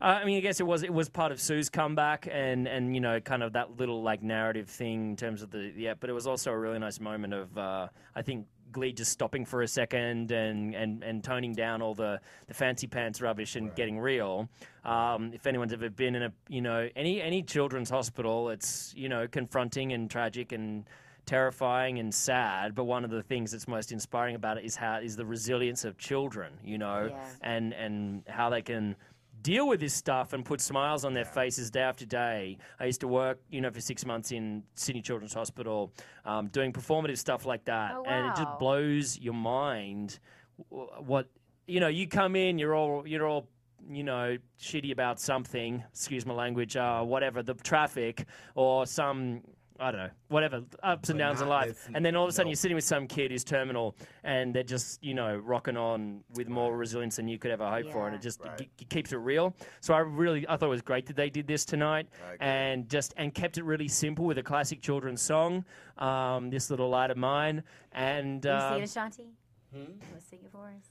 uh, I mean, I guess it was it was part of Sue's comeback, and and you know, kind of that little like narrative thing in terms of the yeah. But it was also a really nice moment of uh, I think Glee just stopping for a second and and and toning down all the the fancy pants rubbish and getting real. Um, if anyone's ever been in a you know any any children's hospital, it's you know confronting and tragic and terrifying and sad but one of the things that's most inspiring about it is how is the resilience of children you know
Yeah.
and and how they can deal with this stuff and put smiles on their faces day after day. I used to work, you know, for six months in Sydney Children's Hospital, um, doing performative stuff like that,
Oh,
and it
wow.
just blows your mind. wh- What you know, you come in, you're all you're all you know shitty about something. Excuse my language. Uh, whatever the traffic or some. I don't know, whatever, ups and downs in life.
Monotonous
And then all of a sudden
nope.
you're sitting with some kid who's terminal and they're just, you know, rocking on with more resilience than you could ever hope for. And
Yeah.
it just
Right.
g- g- keeps it real. So I really, I thought it was great that they did this tonight
I agree.
and just, and kept it really simple with a classic children's song, um, This Little Light of Mine. And
Can you
uh,
see it, Ashanti?
Hmm?
Let's sing it for us.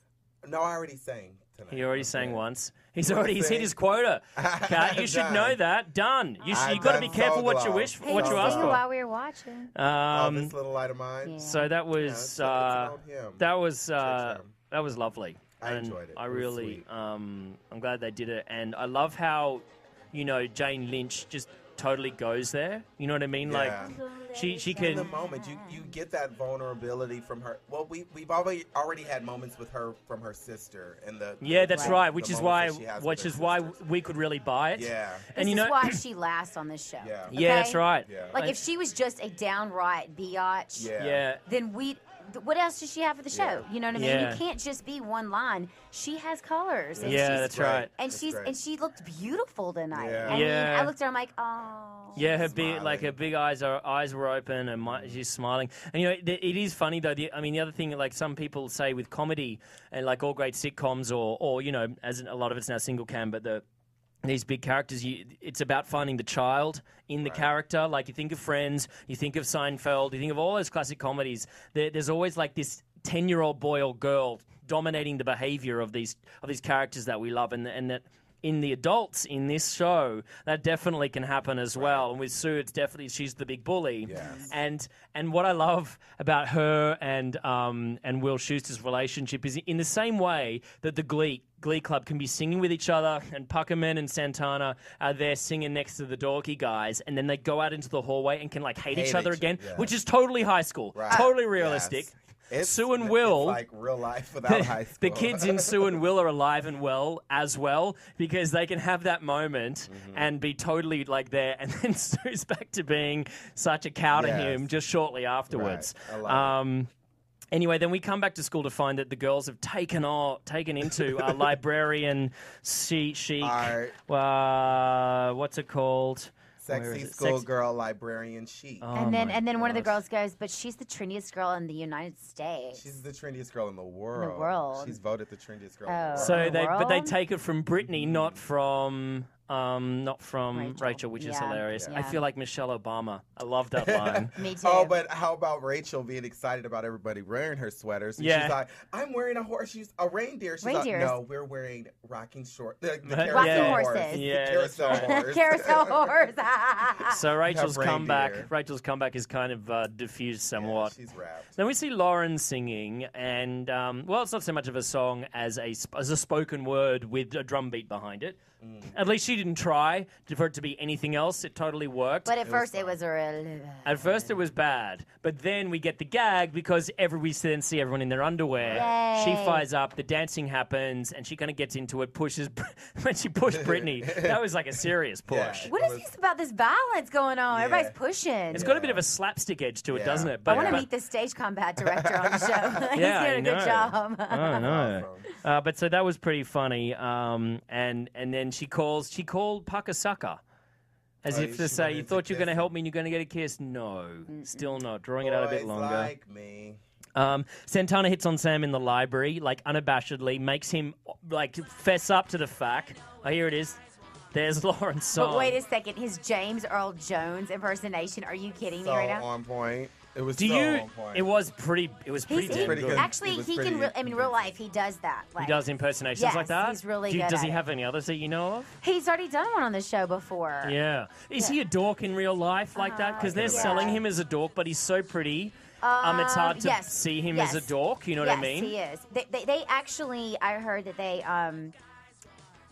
no, I already sang tonight.
he already
That's
sang
it.
once. He's already he's hit
sing.
his quota. Kat, you should know
Done.
that. Done. You sh-
I've
you got to be
done
careful
so
what you
well.
wish, for,
Hey,
what
so
you
sing
well.
ask
it
for.
while we were watching.
Oh,
Um,
this little light of mine.
Yeah.
so that
Yeah,
was
it's- it's
uh,
about him.
that was uh,
him.
that was lovely.
I
And
enjoyed it.
I
It was
really,
sweet.
um, I'm glad they did it, and I love how, you know, Jane Lynch just totally goes there. You know what I mean?
Yeah.
Like she she
in the
can.
moment you you get that vulnerability from her well we we've already already had moments with her from her sister and the
Yeah, that's
Right.
right.
the
Which is why,
moments that she has with
which
her
is why
sisters.
we could really buy it.
yeah
and
this
you know,
is why she lasts on this show.
Yeah.
yeah,
okay?
that's right.
Yeah.
Like if she was just a downright biatch,
yeah
yeah,
then we th- what else does she have for the show?
Yeah.
You know what I mean?
Yeah.
You can't just be one line. She has colors. And
Yeah,
she's,
that's right.
And
That's
she's
great.
and she looked beautiful tonight.
Yeah.
I
Yeah.
mean, I looked at her. I'm like, oh.
Yeah, her big like
Smiling.
her big eyes are eyes were open and my, she's smiling. And you know, th- it is funny though. The, I mean, the other thing like some people say with comedy and like all great sitcoms or or you know, as in- a lot of it's now single cam, but the these big characters, you, it's about finding the child in the character. Like you think of Friends, you think of Seinfeld, you think of all those classic comedies. There, there's always like this ten-year-old boy or girl dominating the behavior of these of these characters that we love, and and that in the adults in this show, that definitely can happen as well. And with Sue, it's definitely she's the big bully.
Yes.
And and what I love about her and um and Will Schuster's relationship is in the same way that the Glee Glee Club can be singing with each other, and Puckerman and Santana are there singing next to the dorky guys, and then they go out into the hallway and can like hate, each
Hate
other
each-
again,
yeah.
which is totally high school, totally realistic. Sue and Will.
like real life without high school.
the kids in Sue and Will are alive and well as well because they can have that moment
Mm-hmm.
and be totally like there, and then Sue's back to being such a cow to
Yes.
him just shortly afterwards.
I love
um, Anyway, then we come back to school to find that the girls have taken all, taken into a librarian she chic.
Art.
Uh, what's it called? Where
sexy
is it?
schoolgirl librarian chic.
Oh
And then
my
and then one of the
God.
girls goes, but she's the trendiest girl in the United States.
She's the trendiest girl in the world.
world.
She's voted the trendiest girl.
Oh.
In the world.
So
the
they, but they
world? Mm-hmm.
take it from Britney, not from, um, not from Rachel,
Rachel.
which is
Yeah,
hilarious. I
yeah.
feel like Michelle Obama. I love that line.
Me too.
Oh, but how about Rachel being excited about everybody wearing her sweaters? And
Yeah.
She's like, I'm wearing a horse. She's a reindeer. She's like,
Reindeers.
no, we're wearing rocking short. The, the
Right,
carousel
yeah.
horse.
Horses.
The
Yeah, that's
carousel horse.
Carousel horse.
so Rachel's
reindeer.
comeback, Rachel's comeback is kind of uh, diffused
Yeah,
somewhat.
she's wrapped.
then we see Lauren singing, and um, well, it's not so much of a song as a sp- as a spoken word with a drum beat behind it.
Mm.
At least she didn't try for it to be anything else. It totally worked.
but at first it was a real.
At first it was bad, but then we get the gag because every we then see everyone in their underwear. She
Yay.
fires up, the dancing happens, and she kind of gets into it. Pushes when she pushed Britney, that was like a serious push.
Yeah.
What is this about this violence going on?
Yeah.
Everybody's pushing.
It's got a bit of a slapstick edge to it,
Yeah.
doesn't it?
I want to
but-
meet the stage combat director on the show. He's
Yeah, I
doing a good
know. Uh-huh.
job.
I know. Uh, but so that was pretty funny. Um, and and then she calls. She called Pucker sucker, as
Oh,
if
she
to say,
wanted
"You
to
thought you were
kiss
going to
him.
help me, and you're going to get a kiss." No, still not. Drawing it out a bit
Boys
longer.
like me.
Um, Santana hits on Sam in the library, like unabashedly, makes him like fess up to the fact. Oh, here it is. There's Lauren's song.
But wait a second, his James Earl Jones impersonation. Are you kidding
So
me right now?
on point. It was
Do
so
you?
on point.
It was pretty. It was pretty
He's, he,
damn
Pretty
good.
good.
actually
It was
he
pretty
can. Re- I mean, real life, he does that. Like,
He does impersonations like
Yes,
that.
he's really
Do you-
good
Does
at
he
it.
have any others that you know of?
He's already done one on the show before.
Yeah. Is he a dork in real life like
Uh,
that? Because they're
Yeah.
selling him as a dork, but he's so pretty. Um, it's hard to
yes,
see him as
yes.
a dork. You know
yes,
what I mean?
he is. They, they, they actually, I heard that they um,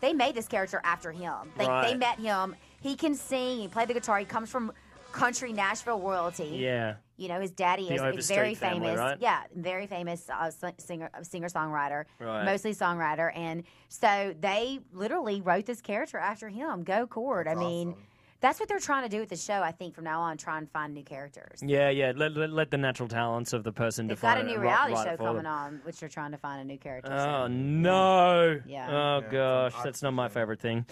they made this character after him. They, they
Right.
met him. He can sing. He played the guitar. He comes from country Nashville royalty.
Yeah.
You know, his daddy
The
is a
Overstreet
very
family,
famous.
right?
Yeah, very famous uh, si- singer, singer songwriter,
Right.
mostly songwriter, and so they literally wrote this character after him. Go Cord. I mean,
awesome.
that's what they're trying to do with the show. I think from now on, try and find new characters.
Yeah, yeah. Let, let, let the natural talents of the person
They've
define
got a
it
new
and write-
reality
write it
show
for them.
coming on, which they're trying to find a new character.
Oh
so.
no!
Yeah.
Oh
Yeah,
gosh,
some
that's not my favorite thing.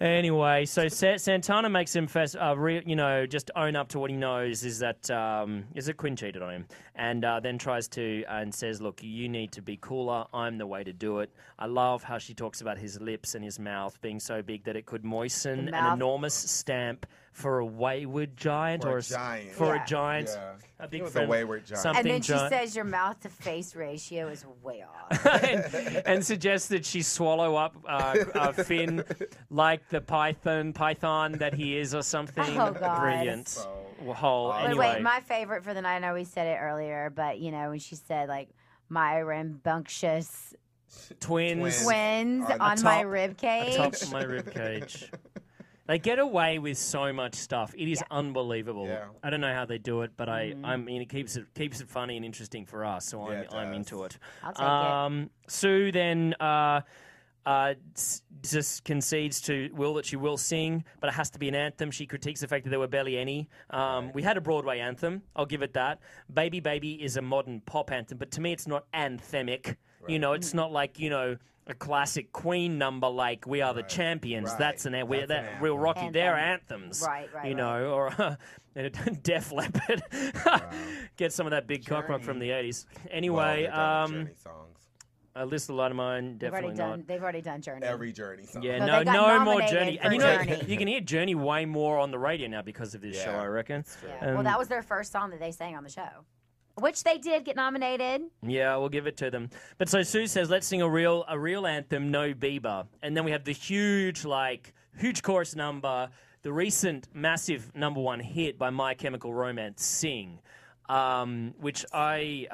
Anyway, so Sa- Santana makes him fess, uh, re- you know, just own up to what he knows is that um, is that Quinn cheated on him, and uh, then tries to and says, "Look, you need to be cooler. I'm the way to do it." I love how she talks about his lips and his mouth being so big that it could moisten an
mouth.
enormous stamp for a wayward giant
For a
or s-
giant.
for
Yeah.
a giant,
Yeah.
a
He
big
was a
friend-
wayward giant.
something
And then she
giant.
says your mouth to face ratio is way off.
and, and suggests that she swallow up uh, uh, Finn like the python python that he is or something.
Oh, God.
Brilliant.
So-
Whole
But
But
anyway.
wait, my favorite for the night. I know we said it earlier, but you know when she said like my rambunctious
twins
Twins.
twins
On
on,
the
my
top-
rib cage.
atop my rib cage. They get away with so much stuff. It is unbelievable.
Yeah. Mm-hmm.
I don't know how they do it, but I, I mean, it keeps it keeps it funny and interesting for us. So I'm,
it
I'm
does.
into it.
I'll take it.
Sue then uh, uh, s- just concedes to Will that she will sing, but it has to be an anthem. She critiques the fact that there were barely any. Um, we had a Broadway anthem, I'll give it that. Baby Baby is a modern pop anthem, but to me, it's not anthemic. You know, it's not like, you know, a classic Queen number like We Are the Champions.
Right.
That's an, an
That's an
that, Real
anthem.
Rocky. They're
Anthem.
anthems.
Right, right,
You
right.
know, or uh, Def Leppard. Get some of that big cock rock from the 80s. Anyway,
Well, they've done the
um,
Journey songs.
a list of light of mine,
They've already
definitely not.
done. They've already done Journey.
Every Journey song.
Yeah,
But
no,
they got
no more
nominated
Journey. And
for
you know,
Journey.
you can hear Journey way more on the radio now because of this show,
Yeah,
I reckon.
Yeah. well,
Um,
that was their first song that they sang on the show, which they did get nominated.
Yeah, we'll give it to them. But so Sue says, let's sing a real a real anthem, no Bieber. And then we have the huge, like, huge chorus number, the recent massive number one hit by My Chemical Romance, Sing, um, which I.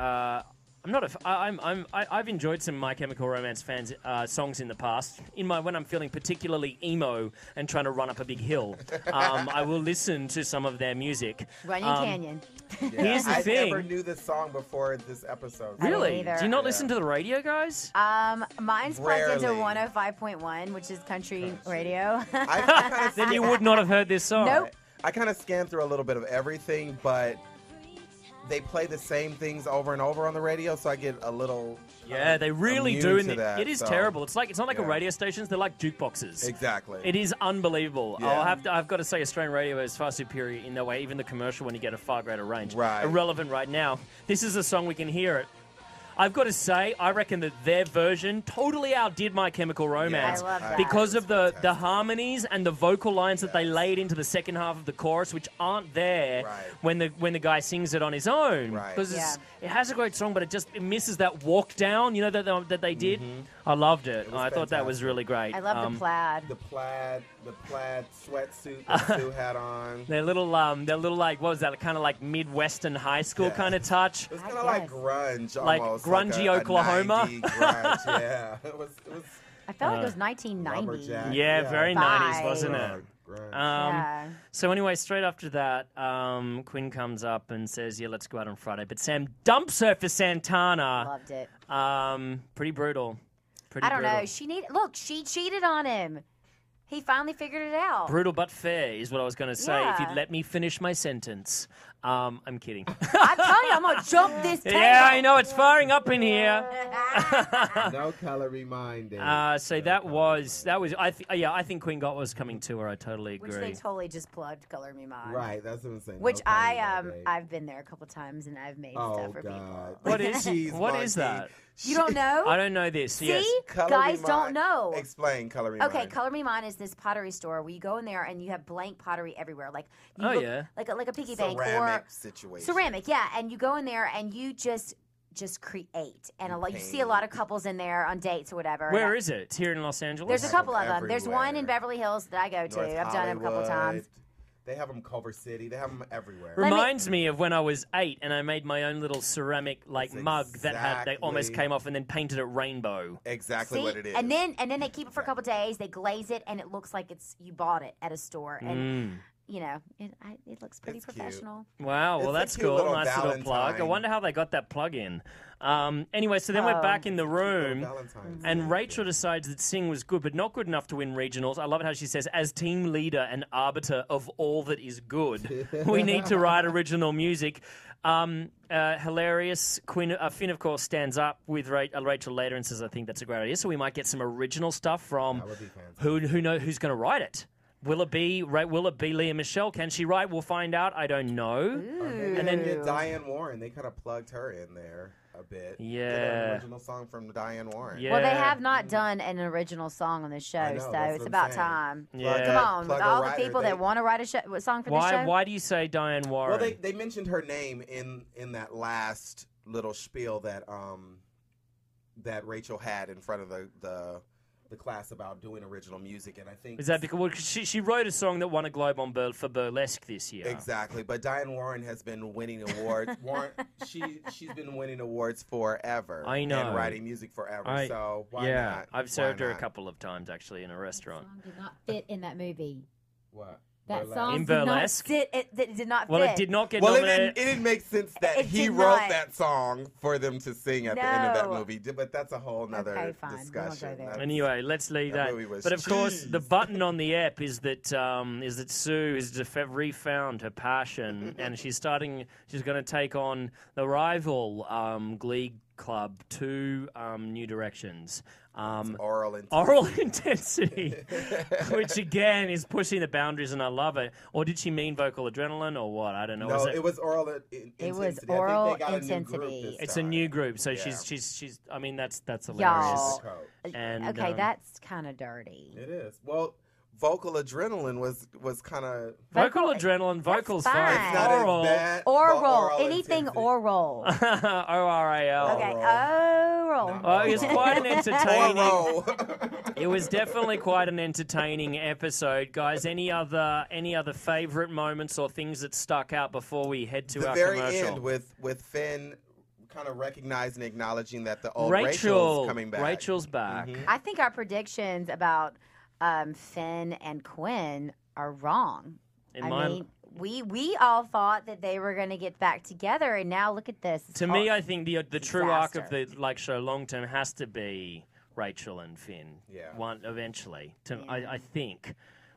Uh, I'm not a. F- I, I'm. I'm. I, I've enjoyed some My Chemical Romance fans uh, songs in the past. In my when I'm feeling particularly emo and trying to run up a big hill, um, I will listen to some of their music.
Running
Um,
Canyon.
Yeah.
Here's the
I never
thing.
knew this song before this episode.
didn't
Really?
either.
Do you not
Yeah.
listen to the radio, guys?
Um, mine's plugged into
Rarely.
105.1, which is country, radio.
I, I kinda
then you would not have heard this song.
Nope.
I kind of scan through a little bit of everything, but they play the same things over and over on the radio, so I get a little.
Yeah,
uh,
they really
immune
do.
to
And it-
that,
it is
so-
terrible. It's like it's not like a
yeah.
radio stations. They're like jukeboxes.
Exactly.
It is unbelievable.
Yeah.
I'll have to, I've got to say, Australian radio is far superior in that way. Even the commercial, when you get a far greater range,
Right.
Irrelevant right now. This is a song we can hear it. I've got to say, I reckon that their version totally outdid My Chemical Romance
I love that.
because of the, the
Fantastic.
harmonies and the vocal lines that they
Yes.
laid into the second half of the chorus, which aren't there
Right.
when the when the guy sings it on his own.
Right.
Because it has a great song, but it just it misses that walk down. You know that that, that they did. I loved it. I
Mm-hmm. was
thought that was
fantastic.
really great.
I love
Um,
the plaid.
The plaid, the plaid sweatsuit that Sue had on.
Their little, um, their little like, what was that? Kind of like midwestern high school
Yeah.
kind of touch.
It was
I
kind of like
guess.
grunge,
Like
almost,
grungy
a- a
Oklahoma.
90 grunge, yeah, it was. It was
I felt
Uh,
like it was 1990.
lumberjack.
Yeah, very
Bye.
nineties, wasn't it?
grunge,
Um,
grunge.
Yeah.
So anyway, straight after that, um, Quinn comes up and says, "Yeah, let's go out on Friday." But Sam dumps her for Santana.
Loved it.
Um, pretty brutal. Pretty
I don't
brutal.
know. She need look. She cheated on him. He finally figured it out.
brutal but fair is what I was going to say. If
Yeah.
you'd let me finish my sentence, um, I'm kidding.
I tell you, I'm gonna jump this table. Ah,
yeah, I know it's firing up in here.
no calorie minded.
Uh, so that was that was I th- yeah I think Queen got was coming to her. I totally
Which they
agree.
totally just plugged "Color Me Mine."
right, that's what I'm saying.
Which
no
I
calorie
um
minded.
I've been there a couple times and I've made
Oh
stuff for
God!
people.
What is-
Jeez,
what is
Monty.
that?
You don't know?
I don't know this.
Oh, See,
Yes.
Color
guys
Me
don't
Mine.
know.
Explain color me.
Okay,
mine.
Color Me Mine is this pottery store where you go in there and you have blank pottery everywhere, like you
Oh,
look-
yeah.
like a, like a piggy
ceramic
bank or
situation.
ceramic, yeah. And you go in there and you just just create, and a lot you see a lot of couples in there on dates or whatever.
Where is it? It's here in Los Angeles.
There's a couple of them. There's one in
everywhere.
Beverly Hills that I go to.
North
I've done it a couple
Hollywood.
times.
They have them Culver City. They have them everywhere.
me-
Reminds me of when I was eight and I made my own little ceramic like
That's
mug that had they almost
exactly-
came off and then painted it rainbow.
exactly
See?
what it is.
And then and then they keep it for a couple days. They glaze it, and it looks like it's you bought it at a store. And
Mm.
you know, it, I, it looks pretty
It's cute.
professional.
Wow, well
It's a
that's
cute
cool.
little
nice little plug. I
Valentine.
wonder how they got that plug in. Um, anyway, so then we're
Oh.
back in the room.
Valentine's Day.
And Rachel decides that Singh was good, but not good enough to win regionals. I love it how she says, as team leader and arbiter of all that is good, we need to write original music. Um, uh, hilarious. Quinn, uh, Finn, of course, stands up with Ra- uh, Rachel later and says, I think that's a great idea. So we might get some original stuff from
would be fantastic.
who, who know, who's going to write it. Will it be Ra- Will it be Leah Michelle? Can she write? We'll find out. I don't know.
and then get Diane Warren. They kind of plugged her in there a bit. Get
Yeah.
an original song from Diane Warren.
Yeah.
Well, they have not done an original song on this show,
Mm-hmm. know,
so
that's
it's
what I'm
about
saying.
time.
Yeah.
Come on,
Plug
with
a
all the
writer,
people
they-
that want to write a, show, a song for this
Why?
show.
Why do you say Diane Warren?
Well, they, they mentioned her name in in that last little spiel that um that Rachel had in front of the the, the class about doing original music, and I think
Is that because well, 'cause she, she wrote a song that won a Globe on Bur- for Burlesque this year?
Exactly, but Diane Warren has been winning awards. Warren, she she's been winning awards forever.
I know.
and writing music forever.
I-
so why
yeah,
not?
I've
Why
served her a
not?
couple of times actually in a restaurant.
Song did not fit in that movie.
What?
That
Burlesque.
song
In
did not
burlesque?
sit. It, it did not
Well,
fit.
it did not get
Well, it
nominated.
didn't, it didn't make sense that
It
he
did
wrote
not.
that song for them to sing at the end of that
No.
movie, d- but that's a whole nother
Okay, fine. We won't go
discussion.
there.
That's-
Anyway, let's leave
That
that.
movie was
But of course,
cheese.
the button on the app is that um, is that Sue has def- refound her passion, and she's starting. She's going to take on the rival um, Glee Club, two um, New Directions. Um,
oral and
Oral intensity, which again is pushing the boundaries, and I love it. Or did she mean vocal adrenaline, or what? I don't know.
No,
Is
it, was oral in- in- intensity.
It was
I think they
oral
got a new group
intensity.
this
it's a
time.
new group, so she's
Yeah.
she's she's. I mean, that's that's hilarious.
Y'all.
It's a coat.
And,
Uh, okay,
um,
that's kind of dirty.
It is. Well, vocal adrenaline was was kind of
Vocal,
Vocal-
adrenaline, vocals fine.
fine. It's
not
Oral.
as bad. but
Oral, anything
intensity.
oral. okay,
O-R-A-L.
Okay.
oral.
Not
Oh, it was quite an entertaining.
Oral.
it was definitely quite an entertaining episode, guys. Any other any other favourite moments or things that stuck out before we head to
the
our
very
commercial?
end with with Finn kind of recognizing, acknowledging that the old
Rachel
Rachel's coming back. Mm-hmm.
Rachel's back.
I think our predictions about um, Finn and Quinn are wrong.
In
I
my,
mean, we we all thought that they were going to get back together, and now look at this.
to
Oh,
me, I think the the true arc of
Disaster.
the like show long term has to be Rachel and Finn.
Yeah.
One eventually. To, I, I think.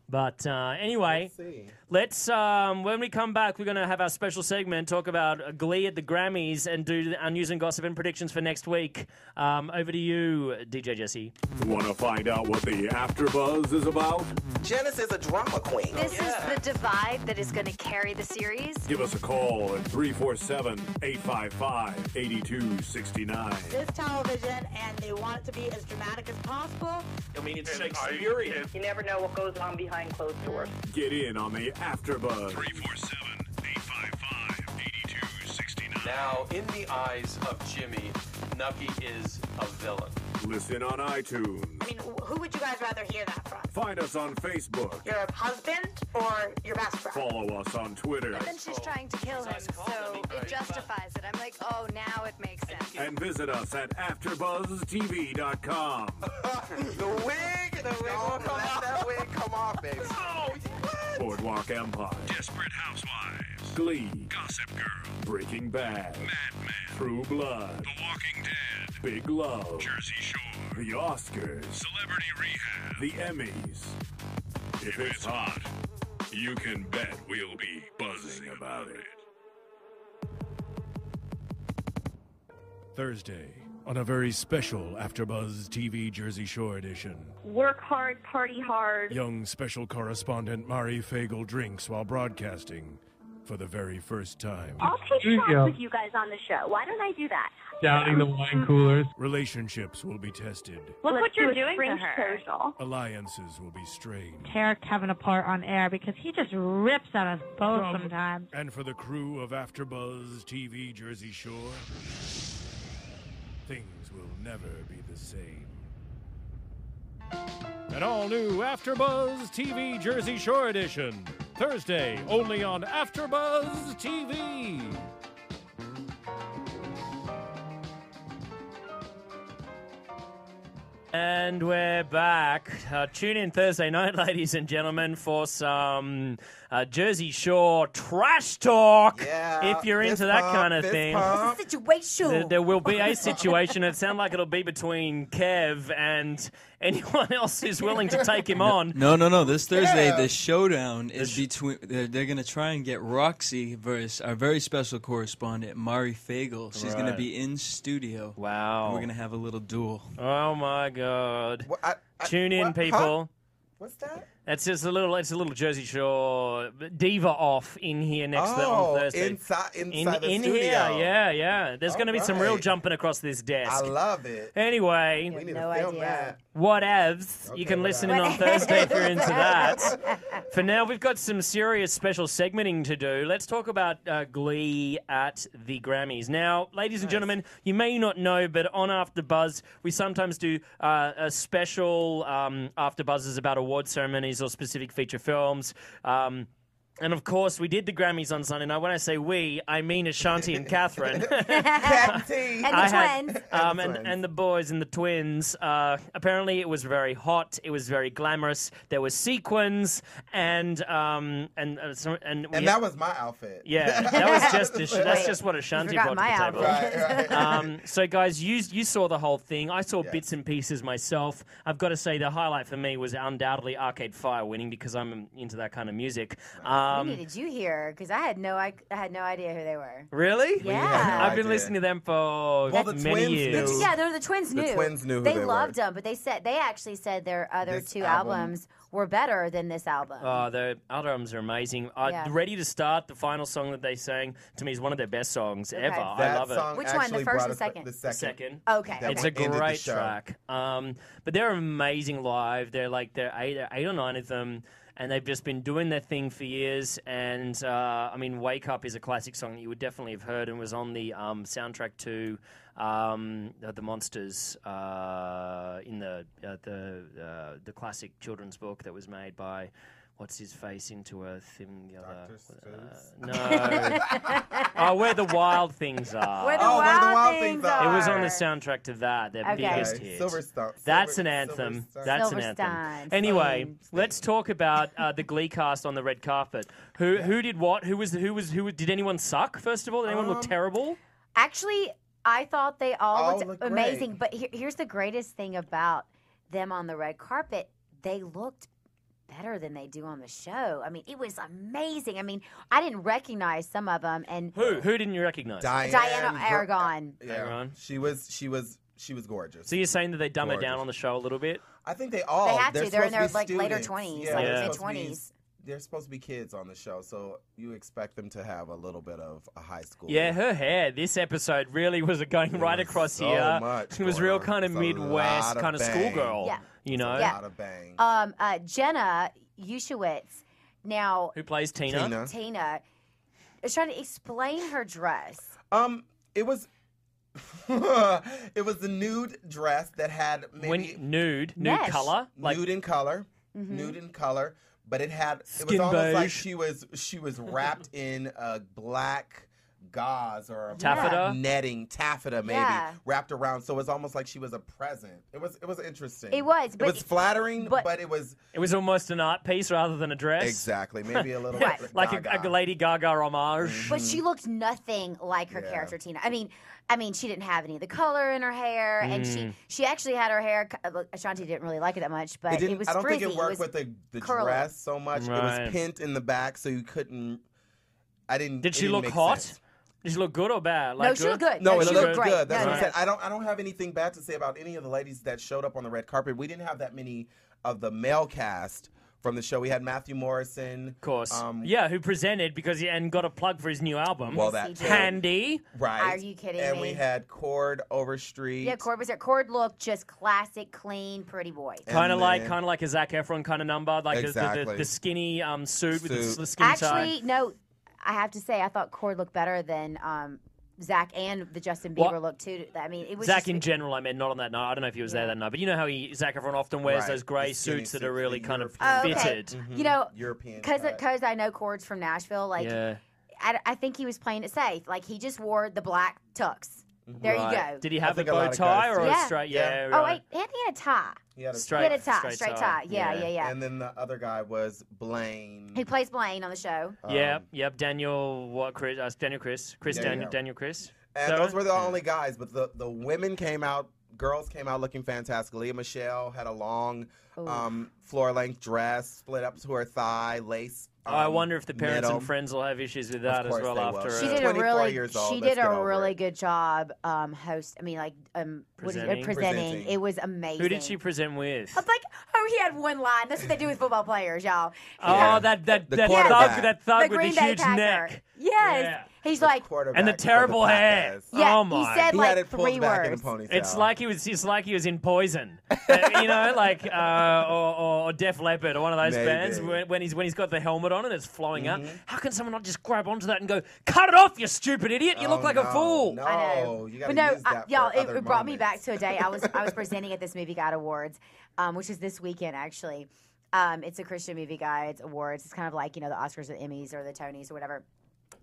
But uh, anyway,
Let's see.
Let's um, when we come back, we're going to have our special segment talk about uh, Glee at the Grammys and do our news and gossip and predictions for next week. Um, over to you, DJ Jesse.
Want to find out what the AfterBuzz is about?
Janice is a drama queen.
This is the divide that is going to carry the series.
Give us a call at 347 855 8269.
this television and they want it to be as dramatic as possible.
I mean, it's Shakespearean.
You never know what goes on behind closed doors.
Get in on the AfterBuzz.
347 855 8269. Now, in the eyes of Jimmy, Nucky is a villain.
Listen on iTunes.
I mean, wh- who would you guys rather hear that from?
Find us on Facebook.
Your husband or your best friend?
Follow us on Twitter.
Then she's trying to kill him, so it justifies it. I'm like, oh, now it makes sense.
And visit us at AfterBuzzTV.com.
The wig. The wig will come off. That wig come off, baby.
Boardwalk Empire.
Desperate Housewives.
Glee.
Gossip Girl.
Breaking Bad.
Madman.
True Blood.
Walking Dead.
Big Love.
Jersey Shore.
The Oscars.
Celebrity Rehab.
The Emmys. If it's hot, you can bet we'll be buzzing about it.
Thursday on a very special AfterBuzz TV Jersey Shore edition.
Work hard, party hard.
Young special correspondent Mari Fagel drinks while broadcasting for the very first time.
I'll take
There you
shots
go.
with you guys on the show. Why don't I do that?
Downing the wine coolers.
Relationships will be tested.
Look what you're doing to her. Social.
Alliances will be strained.
Tarek having a part on air because he just rips on us
Oh,
both
From-
sometimes.
And for the crew of AfterBuzz TV Jersey Shore, things will never be the same. An all-new AfterBuzz TV Jersey Shore edition, Thursday, only on AfterBuzz TV.
And we're back. Uh, tune in Thursday night, ladies and gentlemen, for some uh, Jersey Shore trash talk.
Yeah,
if you're
fist
into that
pump,
kind of
fist
thing.
What's
pump.
the situation?
There, there will be a situation. It sounds like it'll be between Kev and anyone else who's willing to take him on.
No, no, no. This Thursday,
Yeah.
the showdown is between. They're, they're going to try and get Roxy versus our very special correspondent, Mari Fagel. She's going
Right.
to be in studio.
Wow.
And we're going to have a little duel.
Oh my god.
Well, I- I-
Tune in,
what? Huh?
people.
What's that?
That's just a little. It's a little Jersey Shore diva off in here next th-
oh,
on Thursday.
inside
in
inside the
in
studio.
here, yeah, yeah. There's going to be some real
Alright.
jumping across this desk.
I love it.
anyway,
We need
no
to film
idea.
that.
what evs? you
Okay,
can
what
listen in
evs?
on Thursday if you're into that. For now, we've got some serious special segmenting to do. Let's talk about uh, Glee at the Grammys. Now, ladies and gentlemen, you may not know, but on After Buzz, we sometimes do uh, a special um, After Buzzes about award ceremonies or specific feature films. Um, And of course, we did the Grammys on Sunday night. When I say we, I mean Ashanti and Catherine.
and the
I had-
twins.
um, and, and the boys and the twins. Uh, apparently, it was very hot. It was very glamorous. There were sequins, and um, and uh, so, and, we
And that was my outfit.
yeah. That was just a, that's
Wait,
just what
you
Ashanti
forgot
brought to the
my
table.
outfit. Right, right.
Um, so, guys, you you saw the whole thing. I saw bits and pieces myself. I've got to say, the highlight for me was undoubtedly Arcade Fire winning because I'm into that kind of music. Um,
Who did you hear? Because I had no, I, I had no idea who they were.
Really?
We had no
I've been
idea.
listening to them for
Well, the
many
twins
years.
knew.
Yeah, they're the twins
The
knew.
twins knew who
They,
they were.
loved them, but they said they actually said their other
This
two
album-
albums were better than this album.
Oh, the albums are amazing. Uh,
Yeah.
Ready to Start, the final song that they sang, to me is one of their best songs
Okay.
ever. I
That
love
song
it.
Which one? The
actually
first
brought
and
us the-
second?
the second.
Second.
Okay.
That
it's
one
a
ended the
great
show.
track. Um, but they're amazing live. They're like they're eight, there are eight or nine of them, and they've just been doing their thing for years. And uh, I mean, "Wake Up" is a classic song that you would definitely have heard, and was on the um, soundtrack to um, the, the Monsters uh, in the uh, the uh, the classic children's book that was made by. What's his face into a thing? The other uh, no. oh, where the wild things are.
Where the Oh, Where the Wild Wild Things Things Are.
It was on the soundtrack to that. Their
Okay.
biggest
Okay,
hit.
Silver Star-
That's
Silver-
an anthem.
Silver
That's
Silver
an anthem.
Stein,
Anyway, let's talk about uh, the Glee cast on the red carpet. Who who did what? Who was who was who? was- Did anyone suck? First of all, did anyone look
Um,
terrible?
Actually, I thought they all
All
looked
looked
amazing. But here, here's the greatest thing about them on the red carpet: they looked better than they do on the show. I mean, it was amazing. I mean, I didn't recognize some of them, and
Who who didn't you recognize?
Diane
Diana
Ver-
Aragon.
Yeah. She was she was she was gorgeous.
So you're saying that they dumb it down
Gorgeous.
on the show a little bit?
I think they all
They have
they're
to. They're in
supposed
their,
be
like, later
students.
20s,
Yeah,
like,
they're
mid-
supposed to be-
20s.
They're supposed to be kids on the show, so you expect them to have a little bit of a high school.
Yeah, her hair this episode really was going right across
so
here.
much
it was
going
real
on.
kind of
It's a
Midwest
lot of
kind of
bang.
schoolgirl.
Yeah.
You know,
Yeah. lot
of bang.
Um, uh, Jenna Ushewitz. Now,
Who plays Tina?
Tina is trying to explain her dress.
Um, it was it was the nude dress that had maybe
When nude, nude Mesh. color, like-
nude in color,
Mhm.
Mm-hmm.
nude in color, but it had it was
Skin
almost like
beige.
she was she was wrapped in a black gauze or a
Taffeta?
black netting taffeta maybe
Yeah.
wrapped around so it's almost like she was a present it was it was interesting
It was,
it
but-
was flattering but, it was
It was almost an art piece rather than a dress.
Exactly, maybe a little
like,
bit
like a, a Lady Gaga homage.
Mm-hmm.
But
Mm.
she looked nothing like her
Yeah.
character Tina. I mean, I mean, she didn't have any of the color in her hair, and she
Mm.
she actually had her hair. co- look, Ashanti didn't really like it that much, but
it
it,
didn't
was
i don't
frizzy.
think it worked
was
with the, the
curly.
dress so much it
Right.
was pinned in the back so you couldn't i didn't
Did
it
she
didn't
look
make
hot?
sense.
Did she look good or bad?
No,
Like
she looked good.
No,
No,
it
she
looked
looked great.
good. That's
No,
what I
no.
said. I don't I don't have anything bad to say about any of the ladies that showed up on the red carpet. We didn't have that many of the male cast from the show. We had Matthew Morrison, of
course. yeah, who presented because he and got a plug for his new album.
Um, Well, that Yes, he did.
Handy.
right?
Are you kidding
And
me?
we had Cord Overstreet.
yeah, Cord was there. Cord looked just classic, clean, pretty boy.
Kind of
And
like
then-
kind of like a Zac Efron kind of number, like the- the, the,
Exactly.
the skinny um, suit, with the,
Suit.
the skinny tie.
Actually, no, I have to say, I thought Cord looked better than um, Zach and the Justin Bieber
Well,
look too. I mean, it was
Zach
just-
in general, I meant not on that night. I don't know if he was there that night, but you know how he Zac Efron often wears
Right,
those
the
grey
skinny
suits
suits,
that are really
the
kind of
European cut.
fitted.
Oh, Okay. You know,
Mm-hmm. European
because
cut.
because I know Cord's from Nashville. Like,
Yeah.
I, I think he was playing it safe. Like he just wore the black tux.
Mm-hmm.
There you
Right.
go.
Did he
I
have a
think a lot
bow
of
tie
guys
or
do.
a
Yeah.
straight? Yeah.
Oh
right.
wait, and he had a tie.
He had a
Straight-
He had a tie. Straight,
straight
tie.
tie.
Yeah, yeah, yeah.
And then the other guy was Blaine.
He plays Blaine on the show.
Yep, yep. Daniel, what? Chris, uh, Daniel, Chris, Chris,
Um, Yeah,
Daniel,
yeah.
Daniel, Chris.
And
So-
those were the only guys, but the, the women came out, girls came out looking fantastic. Leah Michelle had a long
Ooh.
um, floor length dress, split up to her thigh, lace.
Oh, I
um,
wonder if the parents
middle.
and friends will have issues with that as
course
well
they will.
after.
She
uh,
She did a
24
really,
years old,
she
let's
did
get
a
over
really good job um, host. I mean, like um, what is it?
Presenting?
presenting.
Presenting.
It was amazing.
Who did she present with?
I was like, oh, he had one line. That's what they do with football players, y'all.
Oh, that that
The
that
quarterback.
thug, that thug
the
with
Green
the
Bay
huge
Packer.
neck
Yes. He's like,
and the terrible hair.
Yeah,
oh
he
my!
said, He had like, it pulled three back in a
words. ponytail.
It's like he was. It's like he was in Poison, Uh, you know, like uh, or, or- or Def Leppard or one of those
Maybe. Mm-hmm.
bands when, when he's when he's got the helmet on and it's flowing out. How can someone not just grab onto that and go, "Cut it off, you stupid idiot! You look
Oh,
like a
no,
fool."
No, you gotta
But no,
use
I-
that
y'all,
for
it,
other
it brought me
moments.
back to a day I was I was presenting at this Movie God Awards, um, which is this weekend actually, Um, it's a Christian Movie Guides Awards. It's kind of like you know the Oscars or the Emmys or the Tonys or whatever.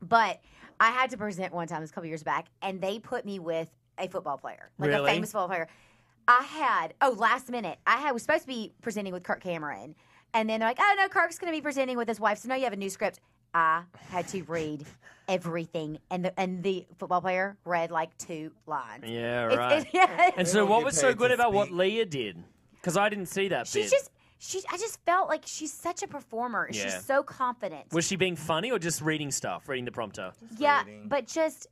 But I had to present one time, this couple years back, and they put me with a football player, like
Really?
a famous football player. I had oh last minute. I had was supposed to be presenting with Kirk Cameron, and then they're like, oh no, Kirk's going to be presenting with his wife. So now you have a new script. I had to read everything, and the and the football player read like two lines.
Yeah,
It's-
right.
it's- yeah.
And so, what was so good about what Leah did? Because I didn't see that
She's
bit.
just she. I just felt like she's such a performer.
Yeah.
She's so confident.
was she being funny or just reading stuff, reading the prompter?
yeah, but just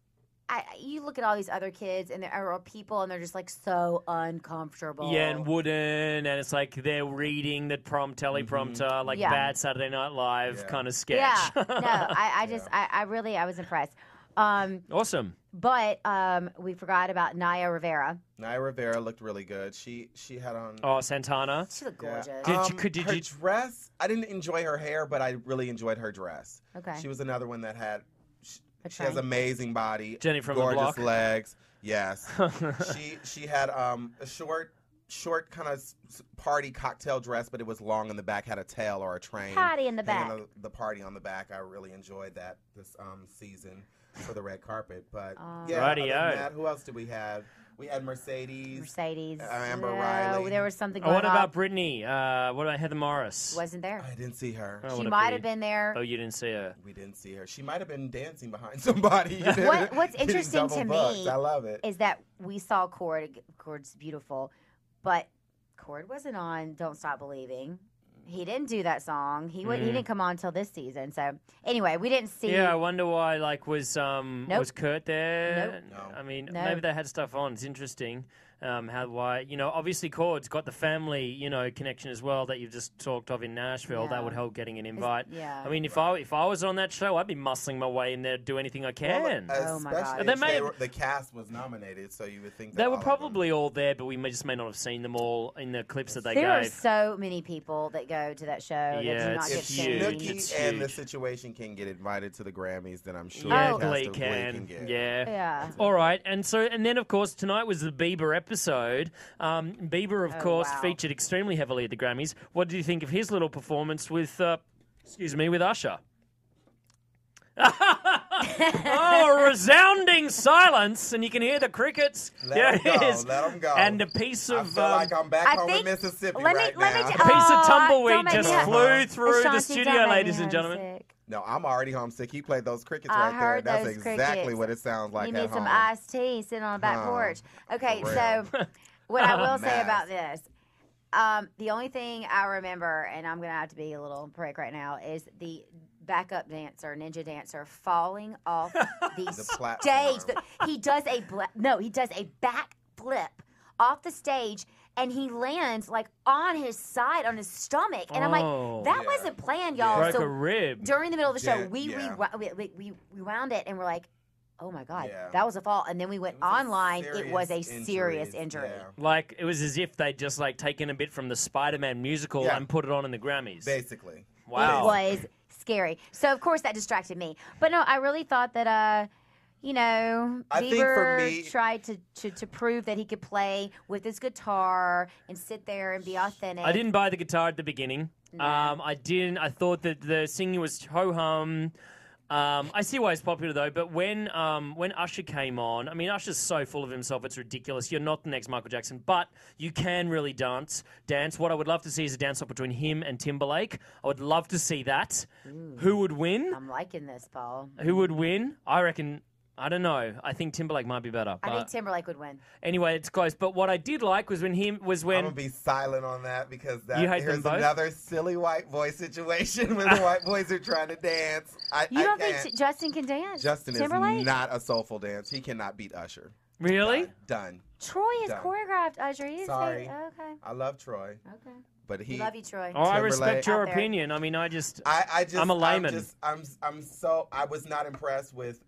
I, you look at all these other kids and there are people, and they're just like so uncomfortable.
Yeah, and wooden, and it's like they're reading the prompt, teleprompter, like
Yeah.
bad Saturday Night Live kind of sketch.
yeah. no, I, I just I, I really I was impressed. Um,
awesome.
but um, we forgot about Naya Rivera.
Naya Rivera looked really good. She she had on.
Oh, Santana.
She looked
Yeah.
gorgeous.
Um, her dress? I didn't enjoy her hair, but I really enjoyed her dress.
Okay.
She was another one that had. She, she
Okay.
has amazing body.
Jenny from the
gorgeous
block?
legs. Yes.
Oh,
she she had um a short short kind of party cocktail dress, but it was long in the back, had a tail or a train.
Party in the
hanging
back.
The, the party on the back. I really enjoyed that this um season for the red carpet. But yeah, other than
Rightio.
that, who else did we have? We had Mercedes.
Mercedes.
Uh, Amber
Yeah,
Riley.
There was something.
Oh,
Going
what about
on.
Brittany? Uh, what about Heather Morris?
Wasn't there?
I didn't see her.
Oh,
she
what a
might
pity.
have been there.
Oh, you didn't see her.
We didn't see her. She might have been dancing behind somebody. you know,
What- what's
getting
interesting to
double booked.
me
I love it.
Is that we saw Cord. Cord's beautiful, but Cord wasn't on "Don't Stop Believing." He didn't do that song. He would, he
Mm.
didn't come on until this season. So anyway, we didn't see.
Yeah, I wonder why. Like, was um
Nope.
was Kurt there?
Nope.
No. I mean,
No.
maybe they had stuff on. It's interesting. Um, how why you know obviously Cord's got the family you know connection as well that you've just talked of in Nashville
Yeah.
that would help getting an invite.
yeah.
I mean if I if I was on that show I'd be muscling my way in there do anything I can.
uh,
Oh
Especially
They
if
may
they
have-
were- the cast was nominated, so you would think that
they were
all-
probably all there, but we may, just may not have seen them all in the clips that they
there are
gave.
so many people that go to that show that
Yeah,
do not
it's
get
huge.
seen.
Nikki
It's
and the
huge.
situation can get invited to the Grammys, then I'm sure
Yeah,
the cast
Glee
of
can.
get.
Yeah.
Oh. Yeah.
All right, and so and then of course tonight was the Bieber episode. Um, Bieber, of
Oh,
course,
wow.
featured extremely heavily at the Grammys. What do you think of his little performance with, uh, excuse me, with Usher? oh, a resounding silence, and you can hear the crickets.
Let
there
'em
it
go,
is.
let 'em go.
And a piece of
feel
um,
like I'm back I home in think- Mississippi let me- right let me now.
a
ju-
piece
Oh,
of tumbleweed
don't make
just
me-
flew through the
Ashanti,
studio,
don't make me
ladies and gentlemen.
No, I'm already homesick. He played those crickets
I
right there.
heard
That's
those
exactly
crickets.
what it sounds like
you
at
need
home.
some iced tea sitting on the back
Huh.
porch. Okay,
For
so
real.
what I will say
Mad.
about this, um, the only thing I remember, and I'm gonna have to be a little prick right now, is the backup dancer, ninja dancer, falling off the,
platform.
stage. The- He does a bla- no, he does a back flip off the stage. And he lands like on his side, on his stomach, and I'm
Oh.
like, "That
Yeah.
wasn't planned, y'all."
Broke
so
a rib.
during the middle of the show,
Yeah,
we,
yeah.
rewound, we, we, we rewound it and we're like, oh my God,
Yeah.
that was a fall. And then we went online. It was a
serious
serious
injuries,
injury.
Like it was as if they'd just like taken a bit from the Spider-Man musical
Yeah.
and put it on in the Grammys.
Basically.
Wow.
It was scary. So, of course, that distracted me. But no, I really thought that, uh, you know,
I think for
Bieber
me-
tried to, to, to prove that he could play with his guitar and sit there and be authentic.
I didn't buy the guitar at the beginning. Um, I didn't. I thought that the singing was ho hum. Um, I see why it's popular though. But when um, when Usher came on, I mean, Usher's so full of himself, it's ridiculous. You're not the next Michael Jackson, but you can really dance. Dance. What I would love to see is a dance off between him and Timberlake. I would love to see that.
Mm.
Who would win?
I'm liking this, Paul.
Who would win? I reckon. I don't know. I think Timberlake might be better.
I think
but-
Timberlake would win.
Anyway, it's close. But what I did like was when him was when
I'm gonna be silent on that because that
You hate them
here's
both? Ah.
another silly white boy situation when the white boys are trying to dance. I,
You
I
don't
can't.
think J- Justin can dance?
Justin
Timberlake?
is not a soulful dance. He cannot beat Usher.
Really?
Done.
Troy has
Done.
choreographed Usher. He didn't say-
Sorry.
Okay.
I love Troy,
Okay.
but he.
We love you, Troy.
Oh, I respect
Timberlake-
your
Out there.
opinion. I mean, I just,
I, I just.
I'm a layman.
I'm, just, I'm. I'm so. I was not impressed with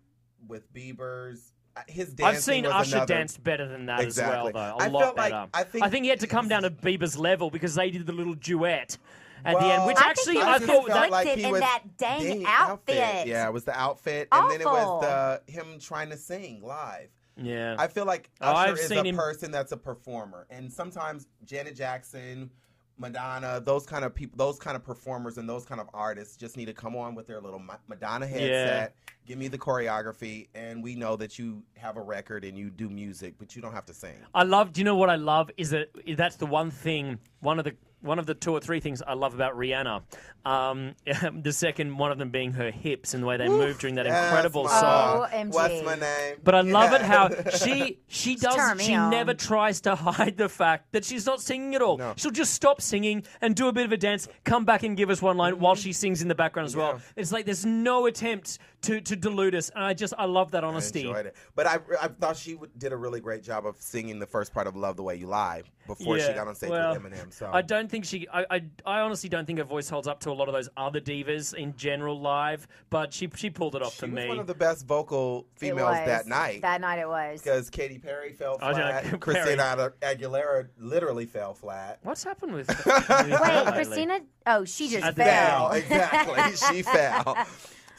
with Bieber's. uh, His dancing
I've seen
was
Usher
another-
danced better than that
Exactly.
as well, though. A
I
lot
felt like-
better.
I think-
he had to come down to Bieber's level because they did the little duet at the end, which
I think
actually
he
I
was
thought
conflicted
that.
in that dang outfit.
Yeah, it was the outfit, and then it
Awful.
was the him trying to sing live.
Yeah.
I feel like
Oh,
Usher
I've
is
seen
a
him-
person that's a performer, and sometimes Janet Jackson, Madonna, those kind of people, those kind of performers, and those kind of artists just need to come on with their little Ma- Madonna headset. Give me the choreography, and we know that you have a record and you do music, but you don't have to sing.
I love. Do you know what I love? Is that that's the one thing. One of the one of the two or three things I love about Rihanna. Um, the second one of them being her hips and the way they move during that
Yes,
incredible
mama.
song.
OMG.
What's my name?
But I love it
Yeah.
how she she
Just turn
does
me
she
on.
never tries to hide the fact that she's not singing at all. She'll just stop singing and do a bit of a dance, come back and give us one line while
Mm-hmm.
she sings in the background as well. It's like there's no attempt to to delude us, and I just I love that honesty.
enjoyed it. But I, I thought she w- did a really great job of singing the first part of "Love the Way You Lie" before she
Yeah,
got on stage
well,
with Eminem. So
I don't think she. I, I, I honestly don't think her voice holds up to a lot of those other divas in general live. But she she pulled it off for
she was
me.
one of the best vocal
It
females
was.
that night
That night it was.
because Katy Perry fell
I don't-
flat. Christina Agu- Aguilera literally fell flat.
What's happened with?
Wait, Christina? Oh, she just
She
fell.
fell. exactly. She fell.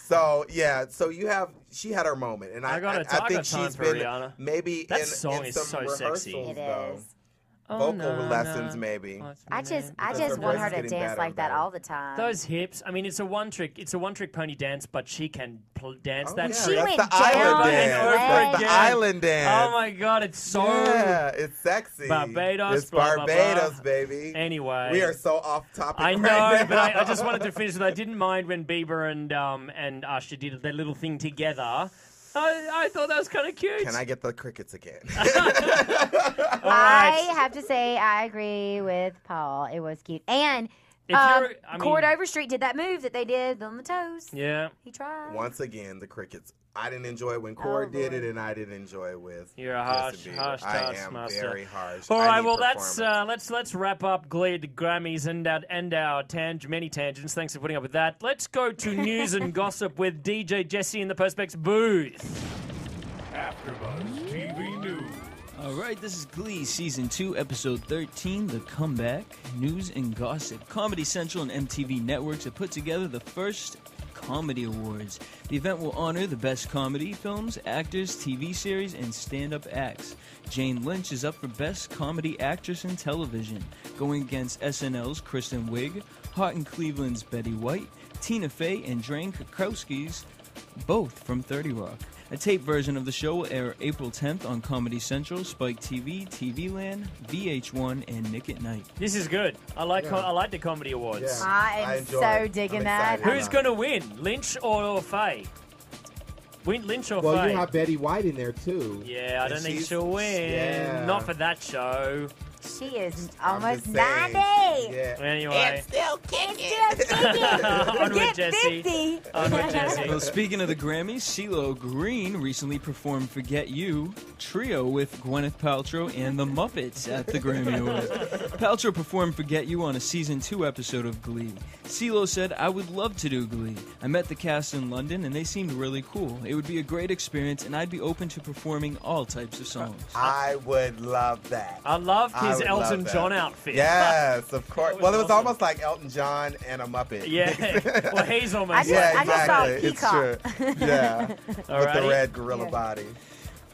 So yeah, so you have she had her moment, and I
I gotta-
I, I
I
think
got time
she's
for
been
Rihanna.
maybe
That
in,
song
in
is Oh,
some
so
rehearsals,
sexy.
It
though.
is.
Vocal lessons, maybe.
Oh,
I just, I
Because
just
her
want
voice
her
is
to
getting
dance
better
like
and
that
better.
all the time.
Um,
Those hips. I mean, it's a one trick. It's a one trick pony dance, but she can pl- dance that.
Oh, yeah,
She
that's
went
the
down
island
and
dance.
over
That's the
again.
island dance.
Oh my god, it's so.
yeah, it's sexy.
Barbados,
It's
blah, blah, blah.
Barbados, baby.
Anyway,
We are so off topic.
I
right
know,
now.
but I, I just wanted to finish with. I didn't mind when Bieber and um and Usher did their little thing together. I, I thought that was kind of cute.
Can I get the crickets again?
All right.
I have to say, I agree with Paul. It was cute. And
If
um,
you're- I mean-
Cord Overstreet did that move that they did on the toes.
Yeah.
He tried.
Once again, the crickets. I didn't enjoy it when Corey did it, and I didn't enjoy it with.
Oh, You're a harsh,
Justin Bieber.
harsh
I am
taskmaster.
very harsh.
All
I
right,
need
well, that's
performance.
uh, let's let's wrap up Glee, the Grammys, and our, and our tang- many tangents. Thanks for putting up with that. Let's go to news and gossip with DJ Jesse in the Perspex booth.
AfterBuzz TV News.
All right, this is Glee season two, episode thirteen, the comeback. News and gossip. Comedy Central and MTV Networks have put together the first comedy awards. The event will honor the best comedy films, actors, TV series, and stand-up acts. Jane Lynch is up for best comedy actress in television, going against SNL's Kristen Wiig, Hot in Cleveland's Betty White, Tina Fey, and Drain Krakowski's both from 30 Rock. A tape version of the show will air April 10th on Comedy Central, Spike TV, TV Land, VH1, and Nick at Night.
This is good. I like
Yeah.
I like the comedy awards.
Yeah.
I am
I enjoy
so
it.
digging
I'm
that.
excited.
Who's going to win, Lynch or Faye? Win Lynch or
Well,
Faye?
you have Betty White in there too.
Yeah, I don't think
she's-
she'll win.
Yeah.
Not for that show.
She is almost
just saying.
90.
Anyway.
still kicking. It's still kicking.
Onward,
Forget
Jesse.
50.
Onward, Jesse.
well, speaking of the Grammys, CeeLo Green recently performed Forget You trio with Gwyneth Paltrow and the Muppets at the Grammy Awards. Paltrow performed Forget You on a season 2 episode of Glee. CeeLo said, I would love to do Glee. I met the cast in London and they seemed really cool. It would be a great experience and I'd be open to performing all types of songs.
I would love that.
I love
I
his
would love
Elton
that.
John outfit.
Yes, of course.
was
Well, it was
awesome.
almost like Elton John and a Muppet.
Yeah. Well, he's almost.
I just- Yeah, I just saw exactly. It's
true.
Yeah. With the
Alrighty.
red gorilla
Yeah.
body.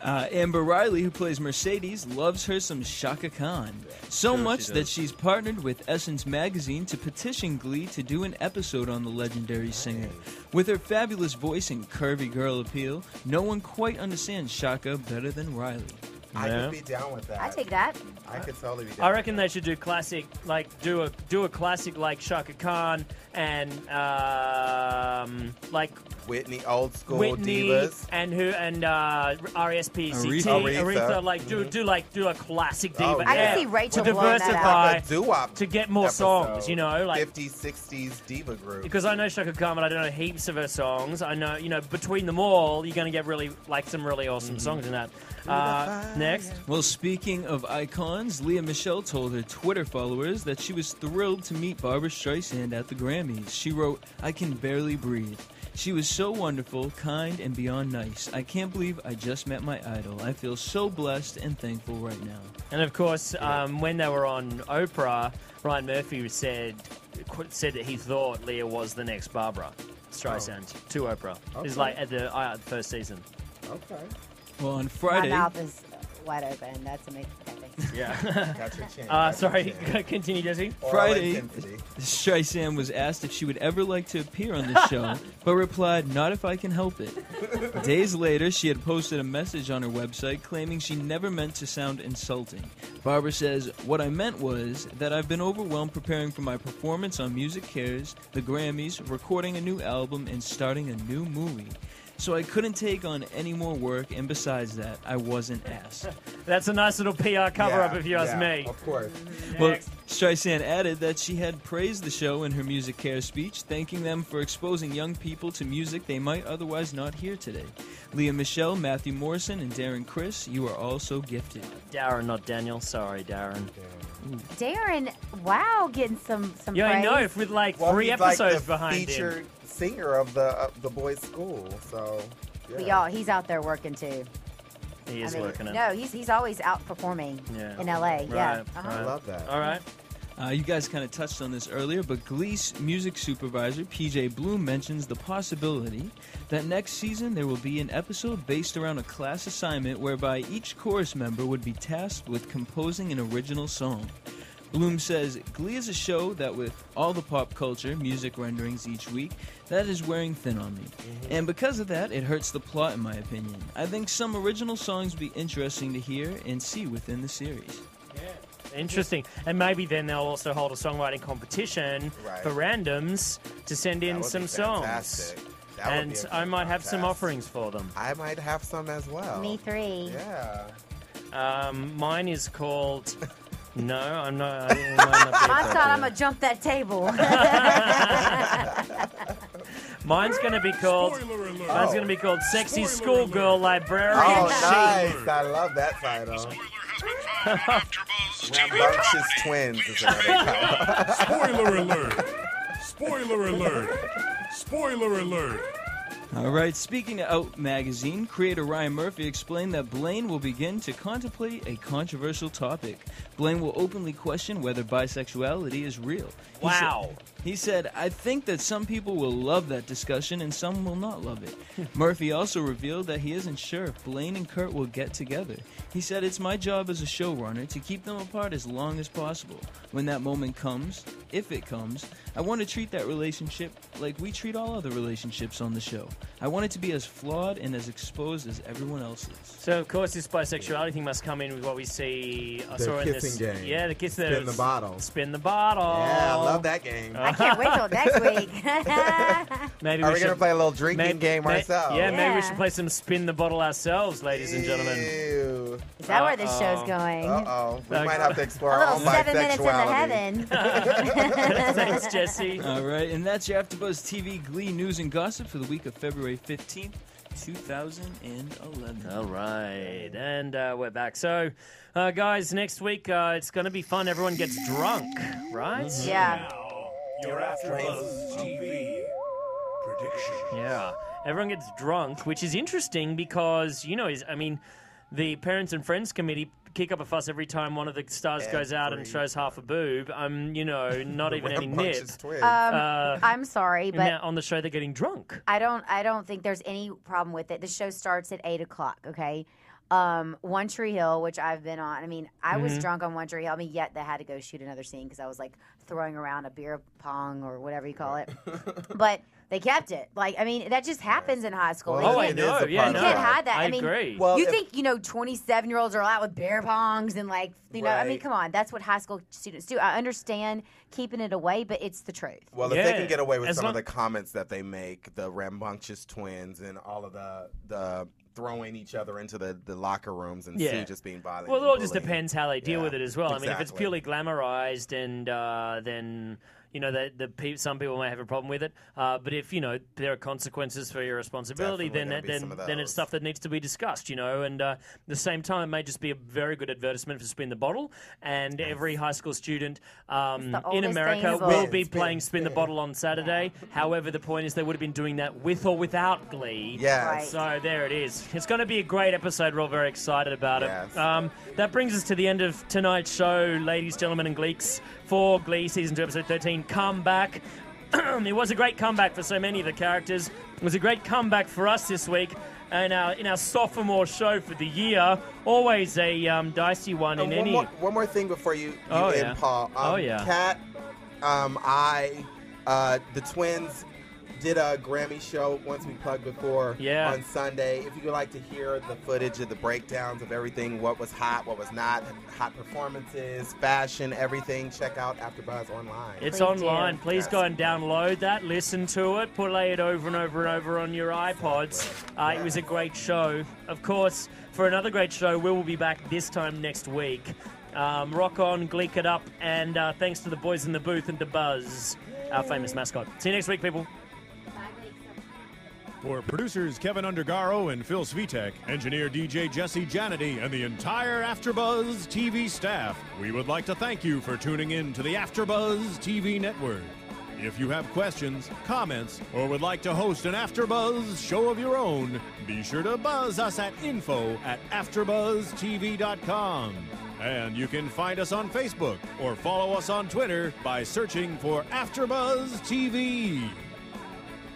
Uh, Amber Riley, who plays Mercedes, loves her some Shaka Khan. So much that she's partnered with Essence Magazine to petition Glee to do an episode on the legendary singer. With her fabulous voice and curvy girl appeal, no one quite understands Shaka better than Riley.
I could be down with that.
I take that.
I could totally be down.
I reckon they should do classic, like do a do a classic like Shaka Khan and um, like
Whitney, old school
Whitney
divas.
and who and uh, RSPCT
Aretha.
Aretha. like do do like do a classic diva.
Oh, I could
yeah.
see
Rachel
to
blowing that up.
diversify
Like a doo-wop
to get more songs, you know, like
50s, 60s diva group.
Because I know Shaka Khan, but I don't know heaps of her songs. I know, you know, between them all, you're going to get really, like, some really awesome songs in that. Uh, next.
Well, speaking of icons, Leah Michelle told her Twitter followers that she was thrilled to meet Barbara Streisand at the Grammys. She wrote, I can barely breathe. She was so wonderful, kind, and beyond nice. I can't believe I just met my idol. I feel so blessed and thankful right now.
And of course, um, when they were on Oprah, Ryan Murphy said qu- said that he thought Leah was the next Barbara Streisand to Oprah. It was
Okay.
like at the uh, first season.
Okay.
Well, on
My
Friday,
mouth is wide open. That's amazing. Okay, thanks.
Yeah.
Got your chin,
Uh,
got your
sorry,
chin.
continue, Jesse.
Friday, Streisand was asked if she would ever like to appear on the show, but replied, Not if I can help it. Days later, she had posted a message on her website claiming she never meant to sound insulting. Barbara says, What I meant was that I've been overwhelmed preparing for my performance on Music Cares, the Grammys, recording a new album, and starting a new movie. So I couldn't take on any more work, and besides that, I wasn't asked.
That's a nice little PR cover up if you ask me.
Of course.
Well, Streisand added that she had praised the show in her music care speech, thanking them for exposing young people to music they might otherwise not hear today. Leah Michelle, Matthew Morrison, and Darren Chris, you are all so gifted.
Darren, not Daniel. Sorry, Darren.
Darren, wow, getting some some.
Yeah, I
praise.
know. If with like
Well,
three
he's like
episodes
the
behind
featured
him.
singer of the uh, the boys' school. So yeah.
But y'all, he's out there working too.
He is
I mean,
working it.
No, he's he's always outperforming
Yeah.
in LA. yeah, Uh-huh.
right. love that.
All right.
Uh, you guys kind of touched on this earlier, but Glee's music supervisor, PJ Bloom, mentions the possibility that next season there will be an episode based around a class assignment whereby each chorus member would be tasked with composing an original song. Bloom says Glee is a show that, with all the pop culture, music renderings each week, that is wearing thin on me. And because of that, it hurts the plot, in my opinion. I think some original songs be interesting to hear and see within the series.
Interesting. And maybe then they'll also hold a songwriting competition
Right.
for randoms to send in
would be
some songs.
fantastic. That would
and
be a
I might have some
contest.
offerings for them.
I might have some as well.
Me three.
Yeah.
Um, mine is called. No, I'm not. I didn't- might not be
I
appropriate.
thought I'm gonna jump that table.
Mine's gonna be called. Mine's gonna be called "Sexy Schoolgirl Librarian
Oh,
Chic."
nice! I love that title. Rambunctious twins is another title.
Spoiler alert! Spoiler alert! Spoiler alert!
All right, speaking to Out Magazine, creator Ryan Murphy explained that Blaine will begin to contemplate a controversial topic. Blaine will openly question whether bisexuality is real. He
Wow.
said- he said, I think that some people will love that discussion and some will not love it. Murphy also revealed that he isn't sure if Blaine and Kurt will get together. He said, It's my job as a showrunner to keep them apart as long as possible. When that moment comes, if it comes, I want to treat that relationship like we treat all other relationships on the show. I want it to be as flawed and as exposed as everyone else's.
So of course, this bisexuality thing must come in with what we see. I
The
saw in this,
kissing game.
Yeah, the kiss.
Spin
that-
the bottle.
Spin the bottle.
Yeah, I love that game.
I can't wait till next week.
Maybe
Are
we
we gonna
should-
play a little drinking
Maybe-
game
may-
ourselves?
Yeah, maybe we
Yeah.
should play some spin the bottle ourselves, ladies and gentlemen.
Is that where this show's going?
Uh-oh. We might have to explore
A
our
little
own
seven minutes into
bisexuality.
heaven.
Thanks, Jesse.
All right, and that's your AfterBuzz TV Glee news and gossip for the week of February fifteenth, two thousand and eleven.
All right, and uh, we're back. So, uh, guys, next week uh, it's going to be fun. Everyone gets drunk, right?
Yeah.
You're after Buzz TV. Prediction.
Yeah. Everyone gets drunk, which is interesting because, you know, is I mean, the Parents and Friends Committee kick up a fuss every time one of the stars goes out and
Every
shows half a boob. Um, you know, not even any nip.
Rambunctious
Um, I'm sorry, but
now on the show they're getting drunk.
I don't I don't think there's any problem with it. The show starts at eight o'clock, okay? Um, One Tree Hill, which I've been on. I mean, I was
Mm-hmm.
Mhm.
drunk on One Tree Hill. I mean, yet they had to go shoot another scene because I was like throwing around a beer pong or whatever you call it. but they kept it. Like, I mean, that just happens in high school.
Well,
You
Oh, I
can't-
know. Yeah,
you
no.
can't hide that.
I
I, mean,
agree.
Well,
you
if-
think you know twenty-seven year olds are out with beer pongs and like you know? I mean,
Right.
come on, that's what high school students do. I understand keeping it away, but it's the truth.
Well, if they can get away with
as
some
long-
of the comments that they make, the rambunctious twins and all of the the throwing each other into the, the locker rooms and
Yeah.
Sue just being violent.
Well, it
and
all just
bullying.
depends how they deal
Yeah,
with it as well. I mean, if it's
exactly.
purely glamorized, and uh, then you know, the, the pe- some people may have a problem with it. Uh, but if you know there are consequences for your responsibility,
Definitely
then
gonna
that,
be
then
some of
then it's stuff that needs to be discussed. You know, and uh, at the same time, it may just be a very good advertisement for spin the bottle. And every high school student um,
the
in
oldest thing
America
in the
will
world.
be playing spin the bottle on Saturday. However, the point is they would have been doing that with or without Glee.
Yes.
So there it is. It's going to be a great episode. We're all very excited about
Yes.
it. Um, that brings us to the end of tonight's show, ladies, gentlemen, and gleeks, for Glee Season 2, Episode 13, Come Back. it was a great comeback for so many of the characters. It was a great comeback for us this week. in our in our sophomore show for the year. Always a um, dicey one in
And Uh, Oh, one,
any.
more, one more thing before you, you
Oh,
end,
yeah.
Paul. Um,
Oh, yeah.
Kat, um, I, uh, the twins did a Grammy show once we plugged before
Yeah.
on Sunday. If you would like to hear the footage of the breakdowns of everything, what was hot, what was not, hot performances, fashion, everything, check out AfterBuzz online.
It's online. Please go and download that, listen to it, play it over and over and over on your iPods. Uh, It was a great show. Of course, for another great show, we will be back this time next week. Um, rock on, gleek it up, and uh, thanks to the boys in the booth and to Buzz, our famous mascot. See you next week, people.
For producers Kevin Undergaro and Phil Svitek, engineer DJ Jesse Janity, and the entire AfterBuzz TV staff, we would like to thank you for tuning in to the AfterBuzz TV network. If you have questions, comments, or would like to host an AfterBuzz show of your own, be sure to buzz us at info at AfterBuzzTV.com. And you can find us on Facebook or follow us on Twitter by searching for AfterBuzz TV.